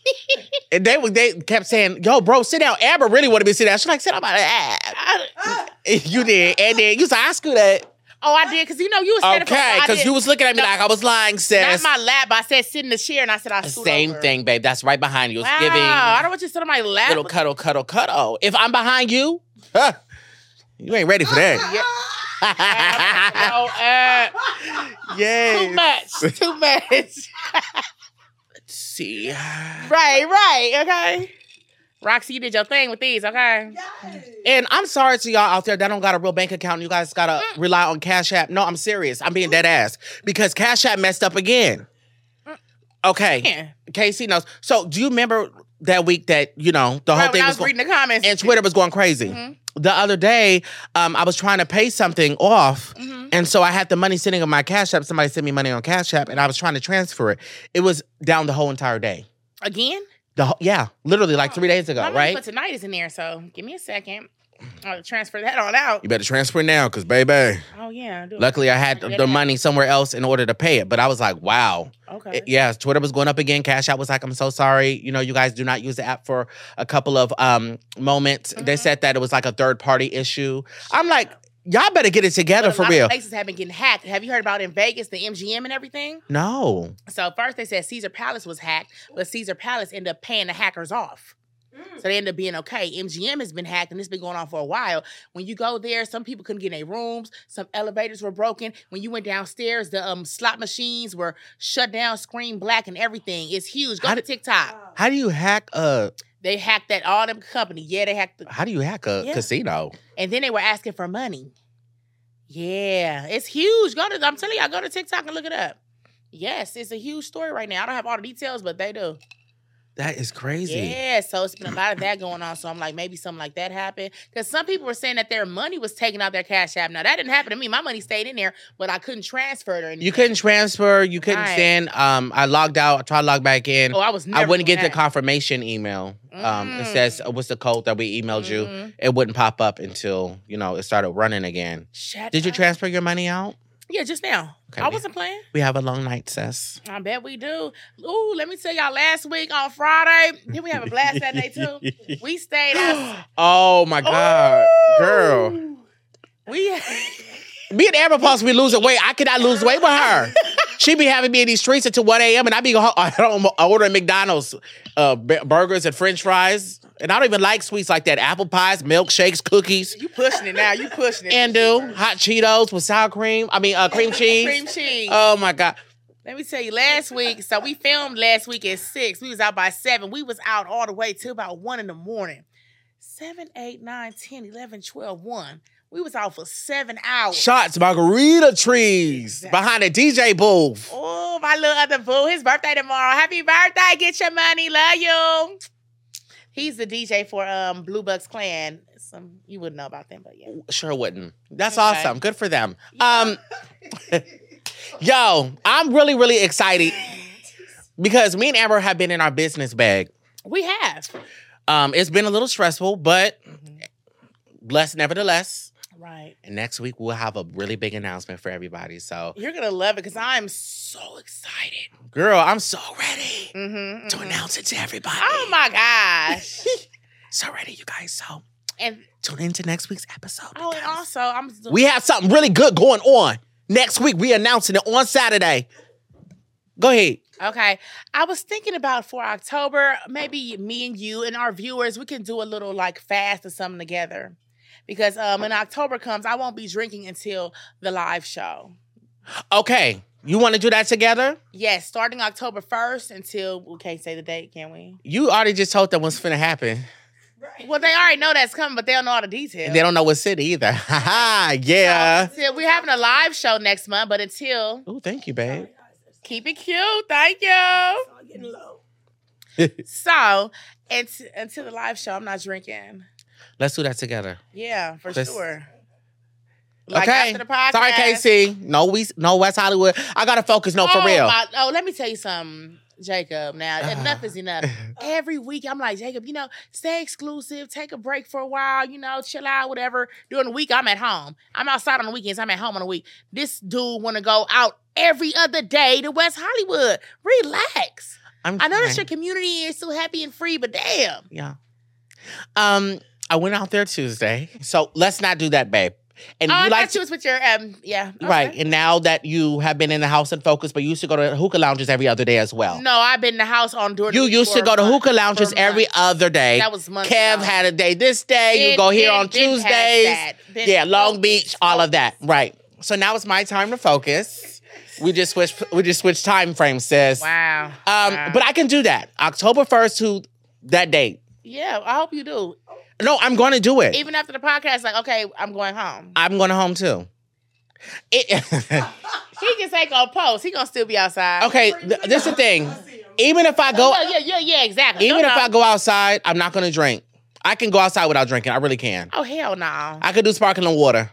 [SPEAKER 3] and they were- they kept saying, "Yo, bro, sit down." Amber really wanted me to sit down. She's like, "Sit down." I'm like, "Ah."
[SPEAKER 2] I-
[SPEAKER 5] Ah,
[SPEAKER 3] *laughs* You did, and then you said, "I screwed up."
[SPEAKER 2] oh, I did because you know you was standing for-
[SPEAKER 3] Okay,
[SPEAKER 2] I
[SPEAKER 3] because
[SPEAKER 2] did-
[SPEAKER 3] you was looking at me
[SPEAKER 2] No.
[SPEAKER 3] like I was lying,
[SPEAKER 2] not
[SPEAKER 3] sis.
[SPEAKER 2] my lap. but I said sit in the chair, and I said I scoot
[SPEAKER 3] Same
[SPEAKER 2] over.
[SPEAKER 3] thing, babe. That's right behind you. It's
[SPEAKER 2] Wow, I
[SPEAKER 3] giving
[SPEAKER 2] don't want you to sit on my lap.
[SPEAKER 3] little cuddle, cuddle, cuddle. If I'm behind you, huh, you ain't ready for that.
[SPEAKER 2] Ah, *laughs* no, uh,
[SPEAKER 3] *laughs*
[SPEAKER 2] too
[SPEAKER 3] yes.
[SPEAKER 2] much, too much. *laughs*
[SPEAKER 3] Let's see.
[SPEAKER 2] right, right, okay. Roxy, you did your thing with these, okay?
[SPEAKER 5] yes.
[SPEAKER 3] And I'm sorry to y'all out there that don't got a real bank account. You guys gotta
[SPEAKER 2] Mm.
[SPEAKER 3] rely on Cash App. No, I'm serious. I'm being dead ass because Cash App messed up again. Okay,
[SPEAKER 2] Mm. Yeah.
[SPEAKER 3] Casey knows. So, do you remember that week that you know the whole
[SPEAKER 2] Right, when
[SPEAKER 3] thing
[SPEAKER 2] I
[SPEAKER 3] was,
[SPEAKER 2] was
[SPEAKER 3] go-
[SPEAKER 2] reading Mm-hmm. the comments.
[SPEAKER 3] and Twitter was going crazy? The other day, um, I was trying to pay something off,
[SPEAKER 2] Mm-hmm.
[SPEAKER 3] and so I had the money sitting on my Cash App. Somebody sent me money on Cash App, and I was trying to transfer it. It was down the whole entire day.
[SPEAKER 2] Again?
[SPEAKER 3] The whole, yeah, literally like three days ago,
[SPEAKER 2] My money
[SPEAKER 3] right?
[SPEAKER 2] for tonight is in there, so give me a second. I'll transfer that on out.
[SPEAKER 3] You better transfer now, cause baby.
[SPEAKER 2] Oh, yeah. do it.
[SPEAKER 3] Luckily, I had
[SPEAKER 2] Yeah, yeah.
[SPEAKER 3] the money somewhere else in order to pay it. But I was like, wow.
[SPEAKER 2] Okay.
[SPEAKER 3] It- yeah, Twitter was going up again. Cash Out was like, I'm so sorry. You know, you guys do not use the app for a couple of um, moments. They
[SPEAKER 2] Mhm.
[SPEAKER 3] said that it was like a third party issue. I'm like, y'all better get it together
[SPEAKER 2] But a
[SPEAKER 3] for
[SPEAKER 2] lot
[SPEAKER 3] real.
[SPEAKER 2] Of places have been getting hacked. Have you heard about in Vegas, the MGM and everything?
[SPEAKER 3] no.
[SPEAKER 2] So first they said Caesar Palace was hacked, but Caesar Palace ended up paying the hackers off. So they ended up being okay. MGM has been hacked and it's been going on for a while. When you go there, some people couldn't get in their rooms. Some elevators were broken. When you went downstairs, the um, slot machines were shut down, screen black, and everything. It's huge. Go
[SPEAKER 3] How
[SPEAKER 2] to
[SPEAKER 3] did-
[SPEAKER 2] TikTok.
[SPEAKER 5] Wow.
[SPEAKER 3] How do you hack a
[SPEAKER 2] They hacked that all them company. Yeah, they hacked. The,
[SPEAKER 3] how do you hack a
[SPEAKER 2] Yeah.
[SPEAKER 3] casino?
[SPEAKER 2] and then they were asking for money. Yeah, it's huge. Go to I'm telling y'all, go to TikTok and look it up. Yes, it's a huge story right now. I don't have all the details, but they do.
[SPEAKER 3] That is crazy.
[SPEAKER 2] Yeah, so it's been a lot of that going on. So I'm like, maybe something like that happened. Because some people were saying that their money was taken out their cash app. Now that didn't happen to me. My money stayed in there, but I couldn't transfer it or anything.
[SPEAKER 3] You couldn't transfer, you couldn't
[SPEAKER 2] Right.
[SPEAKER 3] send. Um, I logged out, I tried to log back in.
[SPEAKER 2] Oh, I was. Never
[SPEAKER 3] I wouldn't
[SPEAKER 2] doing
[SPEAKER 3] get the
[SPEAKER 2] that. Mm.
[SPEAKER 3] confirmation email. Um, It says, uh, what's the code that we emailed you?
[SPEAKER 2] Mhm.
[SPEAKER 3] It wouldn't pop up until, you know, it started running again.
[SPEAKER 2] Shut
[SPEAKER 3] Did you
[SPEAKER 2] up.
[SPEAKER 3] transfer your money out?
[SPEAKER 2] Yeah, just now.
[SPEAKER 3] Okay,
[SPEAKER 2] I
[SPEAKER 3] we-
[SPEAKER 2] wasn't playing.
[SPEAKER 3] We have a long night, sis.
[SPEAKER 2] I bet we do. Ooh, let me tell y'all. Last week on Friday, did we have a blast that day too?
[SPEAKER 3] *laughs*
[SPEAKER 2] We stayed
[SPEAKER 3] *gasps*
[SPEAKER 2] out.
[SPEAKER 3] oh my God.
[SPEAKER 2] Oh.
[SPEAKER 3] Girl.
[SPEAKER 2] We
[SPEAKER 3] Me and Amber Pulse, we losing weight. I cannot lose weight with *laughs* her. she be having me in these streets until 1 a.m. and I be ho- I don't *laughs* I order McDonald's uh, b- burgers and french fries. And I don't even like sweets like that. Apple pies, milkshakes, cookies.
[SPEAKER 2] you pushing it now. You pushing it.
[SPEAKER 3] And do hot Cheetos with sour cream. I mean, uh, *laughs* cream cheese.
[SPEAKER 2] cream uh, cheese.
[SPEAKER 3] Oh my God.
[SPEAKER 2] Let me tell you, last week, so we filmed last week at six. We was out by seven. We was out all the way till about one in the morning. Seven, eight, nine, 10, 11, 12, 1. We was out for seven hours.
[SPEAKER 3] Shots, margarita trees behind the DJ booth.
[SPEAKER 2] oh, my little other boo, his birthday tomorrow. Happy birthday. Get your money. Love you. He's the DJ for um Blue Bucks Clan. Some you wouldn't know about them, but yeah.
[SPEAKER 3] Sure wouldn't. That's
[SPEAKER 2] Okay.
[SPEAKER 3] awesome. Good for them. Um, *laughs* yo, I'm really, really excited because me and Amber have been in our business bag.
[SPEAKER 2] We have.
[SPEAKER 3] Um, it's been a little stressful, but blessed nevertheless.
[SPEAKER 2] Right.
[SPEAKER 3] And next week we'll have a really big announcement for everybody. So,
[SPEAKER 2] You're gonna love it because I'm so excited.
[SPEAKER 3] girl, I'm so ready
[SPEAKER 2] Mm-hmm,
[SPEAKER 3] to announce it to everybody.
[SPEAKER 2] Oh my *laughs* gosh.
[SPEAKER 3] So ready, you guys. So
[SPEAKER 2] and
[SPEAKER 3] tune into next week's episode.
[SPEAKER 2] oh, and
[SPEAKER 3] because-
[SPEAKER 2] also I'm doing
[SPEAKER 3] We have something really good going on next week. We announcing it on Saturday. Go ahead.
[SPEAKER 2] Okay. I was thinking about for October, maybe me and you and our viewers, we can do a little like fast or something together. Because um when October comes, I won't be drinking until the live show.
[SPEAKER 3] Okay, you want to do that together?
[SPEAKER 2] Yes, starting October 1st until we can't say the date, can we?
[SPEAKER 3] You already just told them what's finna happen.
[SPEAKER 5] Right.
[SPEAKER 2] Well, they already know that's coming, but they don't know all the details.
[SPEAKER 3] And they don't know what city either. *laughs* Ha ha. Yeah.
[SPEAKER 2] So, We're having a live show next month, but until
[SPEAKER 3] Oh, thank you, babe.
[SPEAKER 2] keep it cute. Thank you.
[SPEAKER 3] *laughs*
[SPEAKER 5] It's all getting low.
[SPEAKER 2] So, and t- until the live show, I'm not drinking.
[SPEAKER 3] Let's do that together.
[SPEAKER 2] Yeah, for
[SPEAKER 3] That's-
[SPEAKER 2] sure. Like
[SPEAKER 3] okay.
[SPEAKER 2] after the podcast.
[SPEAKER 3] Sorry, KC. No, we no West Hollywood. I gotta focus. No, for
[SPEAKER 2] Oh,
[SPEAKER 3] real. Uh-huh.
[SPEAKER 2] my- oh, let me tell you something, Jacob. Now, enough is enough. Every week, I'm like, Jacob, you know, stay exclusive, take a break for a while, you know, chill out, whatever. During the week, I'm at home. I'm outside on the weekends. I'm at home on the week. This dude want to go out every other day to West Hollywood. Relax.
[SPEAKER 3] I'm
[SPEAKER 2] I know that your
[SPEAKER 3] trying.
[SPEAKER 2] community is so happy and free, but damn.
[SPEAKER 3] Yeah. Um, I went out there Tuesday. So let's not do that, babe. And
[SPEAKER 2] oh, I
[SPEAKER 3] you like
[SPEAKER 2] thought you was with your um, yeah, okay.
[SPEAKER 3] Right. And now that you have been in the house and focus, but you used to go to hookah lounges every other day as well.
[SPEAKER 2] No, I've been in the house on during.
[SPEAKER 3] you
[SPEAKER 2] the week
[SPEAKER 3] used to
[SPEAKER 2] for
[SPEAKER 3] go to
[SPEAKER 2] months-
[SPEAKER 3] hookah lounges
[SPEAKER 2] for
[SPEAKER 3] every
[SPEAKER 2] months.
[SPEAKER 3] other day.
[SPEAKER 2] That was months.
[SPEAKER 3] Kev
[SPEAKER 2] ago.
[SPEAKER 3] had a day this day. you
[SPEAKER 2] Been-
[SPEAKER 3] go here
[SPEAKER 2] been-
[SPEAKER 3] on
[SPEAKER 2] been past
[SPEAKER 3] Tuesdays.
[SPEAKER 2] that. Been- oh,
[SPEAKER 3] yeah, Long
[SPEAKER 2] been-
[SPEAKER 3] Beach, all of that. Right. So now it's my time to focus. We just switched we just switched time frame, sis.
[SPEAKER 2] Wow.
[SPEAKER 3] Um,
[SPEAKER 2] Wow.
[SPEAKER 3] but I can do that. October 1st to that date.
[SPEAKER 2] yeah, I hope you do.
[SPEAKER 3] No, I'm gonna do it.
[SPEAKER 2] Even after the podcast, like, okay, I'm going home.
[SPEAKER 3] I'm going home too. It, *laughs*
[SPEAKER 2] He just ain't gonna post. He gonna still be outside.
[SPEAKER 3] okay, th- this is the thing. Even if I go
[SPEAKER 2] Oh, yeah, yeah, yeah, exactly.
[SPEAKER 3] Even
[SPEAKER 2] No,
[SPEAKER 3] if
[SPEAKER 2] no.
[SPEAKER 3] I go outside, I'm not gonna drink. I can go outside without drinking. I really can.
[SPEAKER 2] oh hell no.
[SPEAKER 3] I could do sparkling water.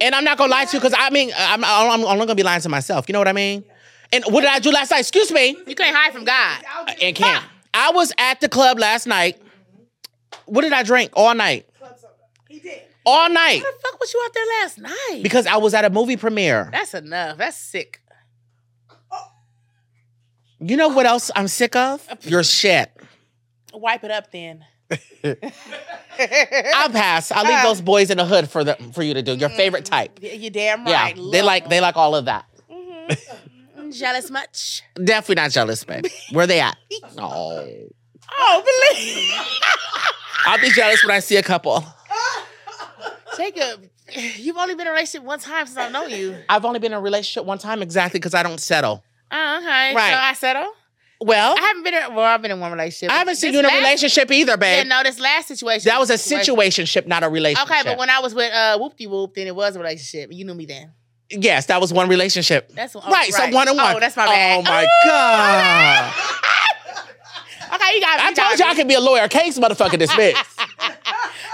[SPEAKER 3] And I'm not gonna lie to you because I mean I'm, I'm I'm not gonna be lying to myself. You know what I mean? And what did I do last night? Excuse me. Uh,
[SPEAKER 2] you can't hide from God.
[SPEAKER 3] And can't. I was at the club last night. What did I drink all night?
[SPEAKER 5] He did.
[SPEAKER 3] All night
[SPEAKER 2] What the fuck was you out there last night?
[SPEAKER 3] because I was at a movie premiere.
[SPEAKER 2] that's enough. That's sick.
[SPEAKER 3] You know what else I'm sick of? Your shit.
[SPEAKER 2] Wipe it up then.
[SPEAKER 3] I pass. I leave those boys in the hood for the for you to do your favorite
[SPEAKER 2] Mm.
[SPEAKER 3] type.
[SPEAKER 2] Y- You're damn
[SPEAKER 3] Yeah,
[SPEAKER 2] right.
[SPEAKER 3] they like they like all of that.
[SPEAKER 2] Mm, jealous much.
[SPEAKER 3] Definitely not jealous, babe. Where
[SPEAKER 2] *laughs*
[SPEAKER 3] they at? No.
[SPEAKER 2] Oh, believe *laughs*
[SPEAKER 3] I'll be jealous when I see a couple.
[SPEAKER 2] Jacob. *sighs* You've only been in a relationship one time since I know
[SPEAKER 3] *laughs*
[SPEAKER 2] you.
[SPEAKER 3] I've only been in a relationship one time exactly because I don't settle. Uh-huh,
[SPEAKER 2] Uh, okay.
[SPEAKER 3] Right.
[SPEAKER 2] So I settle.
[SPEAKER 3] Well,
[SPEAKER 2] I haven't been in. Well, I've been in one relationship.
[SPEAKER 3] I haven't seen you
[SPEAKER 2] This
[SPEAKER 3] in a
[SPEAKER 2] last-
[SPEAKER 3] relationship either,
[SPEAKER 2] Yeah,
[SPEAKER 3] babe.
[SPEAKER 2] no, this last situation.
[SPEAKER 3] that was a situationship, not a relationship.
[SPEAKER 2] Okay, but when I was with uh Whoop De Whoop, then it was a relationship. You knew me then.
[SPEAKER 3] yes, that was one relationship.
[SPEAKER 2] That's one- oh,
[SPEAKER 3] right, So
[SPEAKER 2] right.
[SPEAKER 3] one and one.
[SPEAKER 2] Oh, that's my bad.
[SPEAKER 3] Oh my
[SPEAKER 2] Ooh,
[SPEAKER 3] god.
[SPEAKER 2] *laughs* Okay, you got me.
[SPEAKER 3] I
[SPEAKER 2] you got
[SPEAKER 3] told you I
[SPEAKER 2] me.
[SPEAKER 3] could be a lawyer.
[SPEAKER 2] *laughs*
[SPEAKER 3] Case motherfucker, this bitch.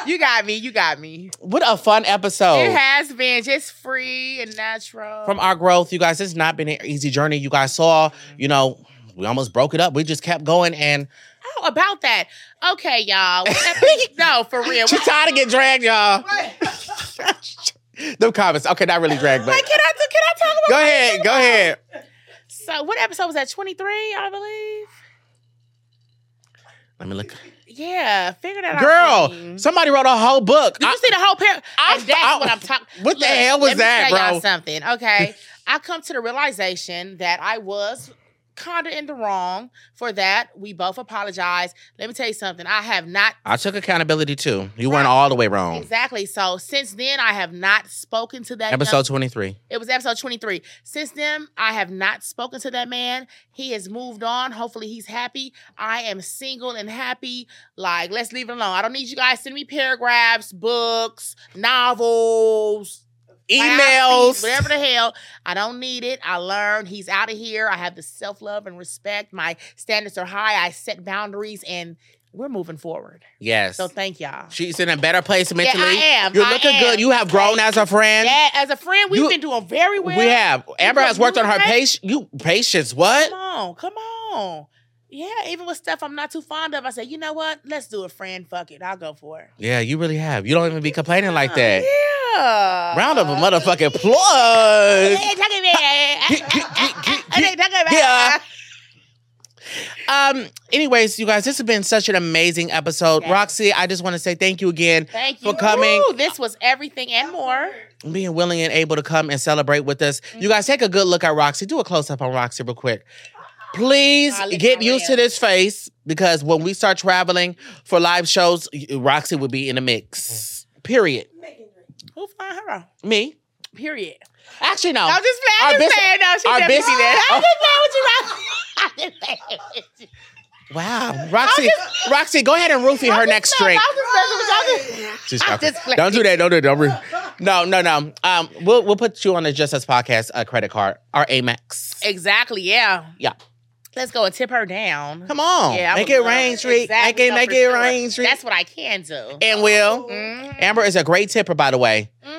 [SPEAKER 2] You got me. You got me.
[SPEAKER 3] what a fun episode.
[SPEAKER 2] It has been just free and natural.
[SPEAKER 3] Oh. from our growth, you guys, it's not been an easy journey. You guys saw, you know, we almost broke it up. We just kept going and
[SPEAKER 2] oh, about that. Okay,
[SPEAKER 3] *laughs*
[SPEAKER 2] y'all. Epi- no, for real.
[SPEAKER 3] She tired of getting dragged, y'all.
[SPEAKER 5] *laughs*
[SPEAKER 3] Them comments. Okay, not really dragged, but
[SPEAKER 2] Like, can I can I talk
[SPEAKER 3] go
[SPEAKER 2] about? *laughs*
[SPEAKER 3] ahead, go ahead.
[SPEAKER 2] So, what episode was that? Twenty three, I believe.
[SPEAKER 3] Let me look.
[SPEAKER 2] Yeah, figure that out. for
[SPEAKER 3] Girl,
[SPEAKER 2] me.
[SPEAKER 3] somebody wrote a whole book.
[SPEAKER 2] Did you see the whole pair?
[SPEAKER 3] I-
[SPEAKER 2] And that's
[SPEAKER 3] I-
[SPEAKER 2] what I'm talking.
[SPEAKER 3] *laughs* What the hell was
[SPEAKER 2] let
[SPEAKER 3] that,
[SPEAKER 2] me tell
[SPEAKER 3] bro?
[SPEAKER 2] Y'all something,
[SPEAKER 3] *laughs*
[SPEAKER 2] okay? I come to the realization that I was kinda in the wrong for that. We both apologize. Let me tell you something. I have not
[SPEAKER 3] I, I took accountability too. You weren't all the way wrong.
[SPEAKER 2] exactly. So since then, I have not spoken to that.
[SPEAKER 3] Episode 23.
[SPEAKER 2] It was episode 23. Since then, I have not spoken to that man. He has moved on. Hopefully, he's happy. I am single and happy. Like, let's leave it alone. I don't need you guys sending me paragraphs, books, novels, biographies,
[SPEAKER 3] Emails.
[SPEAKER 2] whatever the hell. I don't need it. I learned he's out of here. I have the self love and respect. My standards are high. I set boundaries, and we're moving forward.
[SPEAKER 3] Yes.
[SPEAKER 2] So, thank y'all.
[SPEAKER 3] She's in a better place mentally.
[SPEAKER 2] am.
[SPEAKER 3] You're
[SPEAKER 2] I
[SPEAKER 3] looking
[SPEAKER 2] am.
[SPEAKER 3] good. You have grown as a friend.
[SPEAKER 2] Yeah, as a friend, we've
[SPEAKER 3] You-
[SPEAKER 2] been doing very well.
[SPEAKER 3] we have. Amber
[SPEAKER 2] got
[SPEAKER 3] has worked on her
[SPEAKER 2] movement.
[SPEAKER 3] patience. You patience. What?
[SPEAKER 2] Come on, come on. Yeah, even with stuff I'm not too fond of, I say, you know what? Let's do it, friend. Fuck it. I'll go for it.
[SPEAKER 3] Yeah, you really have. You don't even be complaining like that.
[SPEAKER 2] Yeah. Uh-huh.
[SPEAKER 3] Round of a motherfucking applause.
[SPEAKER 2] Hey, talk
[SPEAKER 3] *laughs*
[SPEAKER 2] about it. *laughs* Hey, talk about it.
[SPEAKER 3] Yeah. Um, anyways, you guys, this has been such an amazing episode.
[SPEAKER 2] Yes.
[SPEAKER 3] Roxy, I just want to say thank you again
[SPEAKER 2] Thank you
[SPEAKER 3] For coming.
[SPEAKER 2] Woo, this was everything and more.
[SPEAKER 3] being willing and able to come and celebrate with us. You guys take a good look at Roxy. Do a close up on Roxy real quick. Please
[SPEAKER 2] I'll lick
[SPEAKER 3] get
[SPEAKER 2] my
[SPEAKER 3] used to this face because when we start traveling for live shows, Roxy will be in the mix. Period.
[SPEAKER 5] Making drink.
[SPEAKER 2] Who find her? out?
[SPEAKER 3] Me?
[SPEAKER 2] Period.
[SPEAKER 3] Actually, no.
[SPEAKER 2] I'm just playing.
[SPEAKER 3] Our
[SPEAKER 2] I'm just
[SPEAKER 3] business-
[SPEAKER 2] saying. No, she
[SPEAKER 3] our
[SPEAKER 2] definitely
[SPEAKER 3] business-
[SPEAKER 2] *laughs* did. I'm just playing with you. Roxy. I'm just playing with you.
[SPEAKER 3] Wow, Roxy, Roxy, go ahead and roofie her next
[SPEAKER 2] No,
[SPEAKER 3] drink.
[SPEAKER 2] I'm just messing with y'all. Just-
[SPEAKER 3] Just
[SPEAKER 2] I'm
[SPEAKER 3] joking.
[SPEAKER 2] just playing.
[SPEAKER 3] don't do that. Don't do that. Don't roof. No, no, no. Um, we'll we'll put you on the Just Us Podcast uh, credit card, our Amex.
[SPEAKER 2] Exactly. Yeah.
[SPEAKER 3] Yeah.
[SPEAKER 2] Let's go and tip her down.
[SPEAKER 3] Come on,
[SPEAKER 2] Yeah, I
[SPEAKER 3] Oh, make
[SPEAKER 2] would
[SPEAKER 3] it
[SPEAKER 2] love
[SPEAKER 3] rain,
[SPEAKER 2] it.
[SPEAKER 3] Shriek.
[SPEAKER 2] Exactly. No,
[SPEAKER 3] Make
[SPEAKER 2] for
[SPEAKER 3] it, make it
[SPEAKER 2] sure.
[SPEAKER 3] rain, Shriek.
[SPEAKER 2] That's what I can do.
[SPEAKER 3] and will.
[SPEAKER 2] Mhm.
[SPEAKER 3] Amber is a great tipper, by the way.
[SPEAKER 2] Mhm.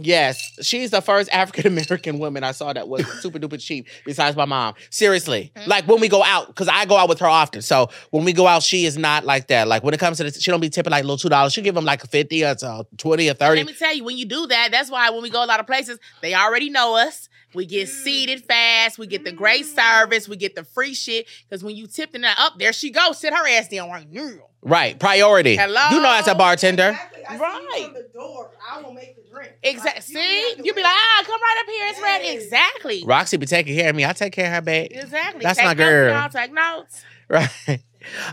[SPEAKER 3] Yes, she's the first African American woman I
[SPEAKER 2] *laughs*
[SPEAKER 3] saw that was super duper cheap, besides my mom. Seriously,
[SPEAKER 2] Mm-hmm.
[SPEAKER 3] like when we go out, because I go out with her often. So when we go out, she is not like that. Like when it comes to this, she don't be tipping like little two dollars. She give them like fifty or so, twenty or thirty.
[SPEAKER 2] Let me tell you, when you do that, that's why when we go a lot of places, they already know us. We get
[SPEAKER 3] Mm-hmm.
[SPEAKER 2] seated fast. We get the great service. We get the free shit. Because when you tip them up, there she goes. Sit her ass down. Like, "Mm."
[SPEAKER 3] Right, priority.
[SPEAKER 2] Hello?
[SPEAKER 3] you know as a bartender.
[SPEAKER 5] Exactly. I See
[SPEAKER 2] Right.
[SPEAKER 5] you from the door. I will make the drink.
[SPEAKER 2] Exactly.
[SPEAKER 5] Like, don't
[SPEAKER 2] See,
[SPEAKER 5] have to
[SPEAKER 2] you be
[SPEAKER 5] wait.
[SPEAKER 2] like, ah, come right up here. It's red.
[SPEAKER 5] Yes.
[SPEAKER 2] Exactly.
[SPEAKER 3] Roxy be taking care of me. I take care of her, babe.
[SPEAKER 2] Exactly.
[SPEAKER 3] That's
[SPEAKER 2] Take
[SPEAKER 3] my
[SPEAKER 2] notes,
[SPEAKER 3] girl.
[SPEAKER 2] y'all. Take notes.
[SPEAKER 3] *laughs* Right.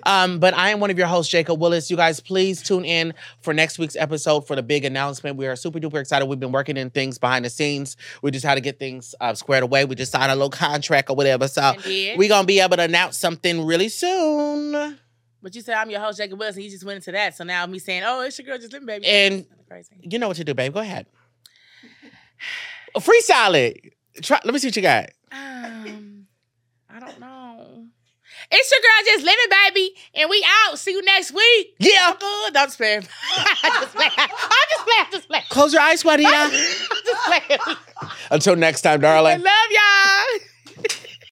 [SPEAKER 3] Um, but I am one of your hosts, Jacob Willis. You guys, please tune in for next week's episode for the big announcement. We are super duper excited. We've been working in things behind the sings. We just had to get things uh, squared away. We just signed a little contract or whatever. So
[SPEAKER 2] Indeed.
[SPEAKER 3] we're gonna be able to announce something really soon.
[SPEAKER 2] But you said I'm your host, Jacob Wilson. You just went into that. So now me saying, oh, it's your girl, just living, baby.
[SPEAKER 3] And-
[SPEAKER 2] crazy.
[SPEAKER 3] You know what to do, babe. Go ahead. *sighs* Freestyle it. Try, let me see what you got.
[SPEAKER 2] Um, I don't know. It's your girl, just living, baby. And we out. See you next week.
[SPEAKER 3] Yeah.
[SPEAKER 2] Good. Don't spare. *laughs* I'm just playing. I'm just playing. I'm just playing.
[SPEAKER 3] Close your eyes, Juanita.
[SPEAKER 2] I'm just playing.
[SPEAKER 3] Until next time, darling.
[SPEAKER 2] I love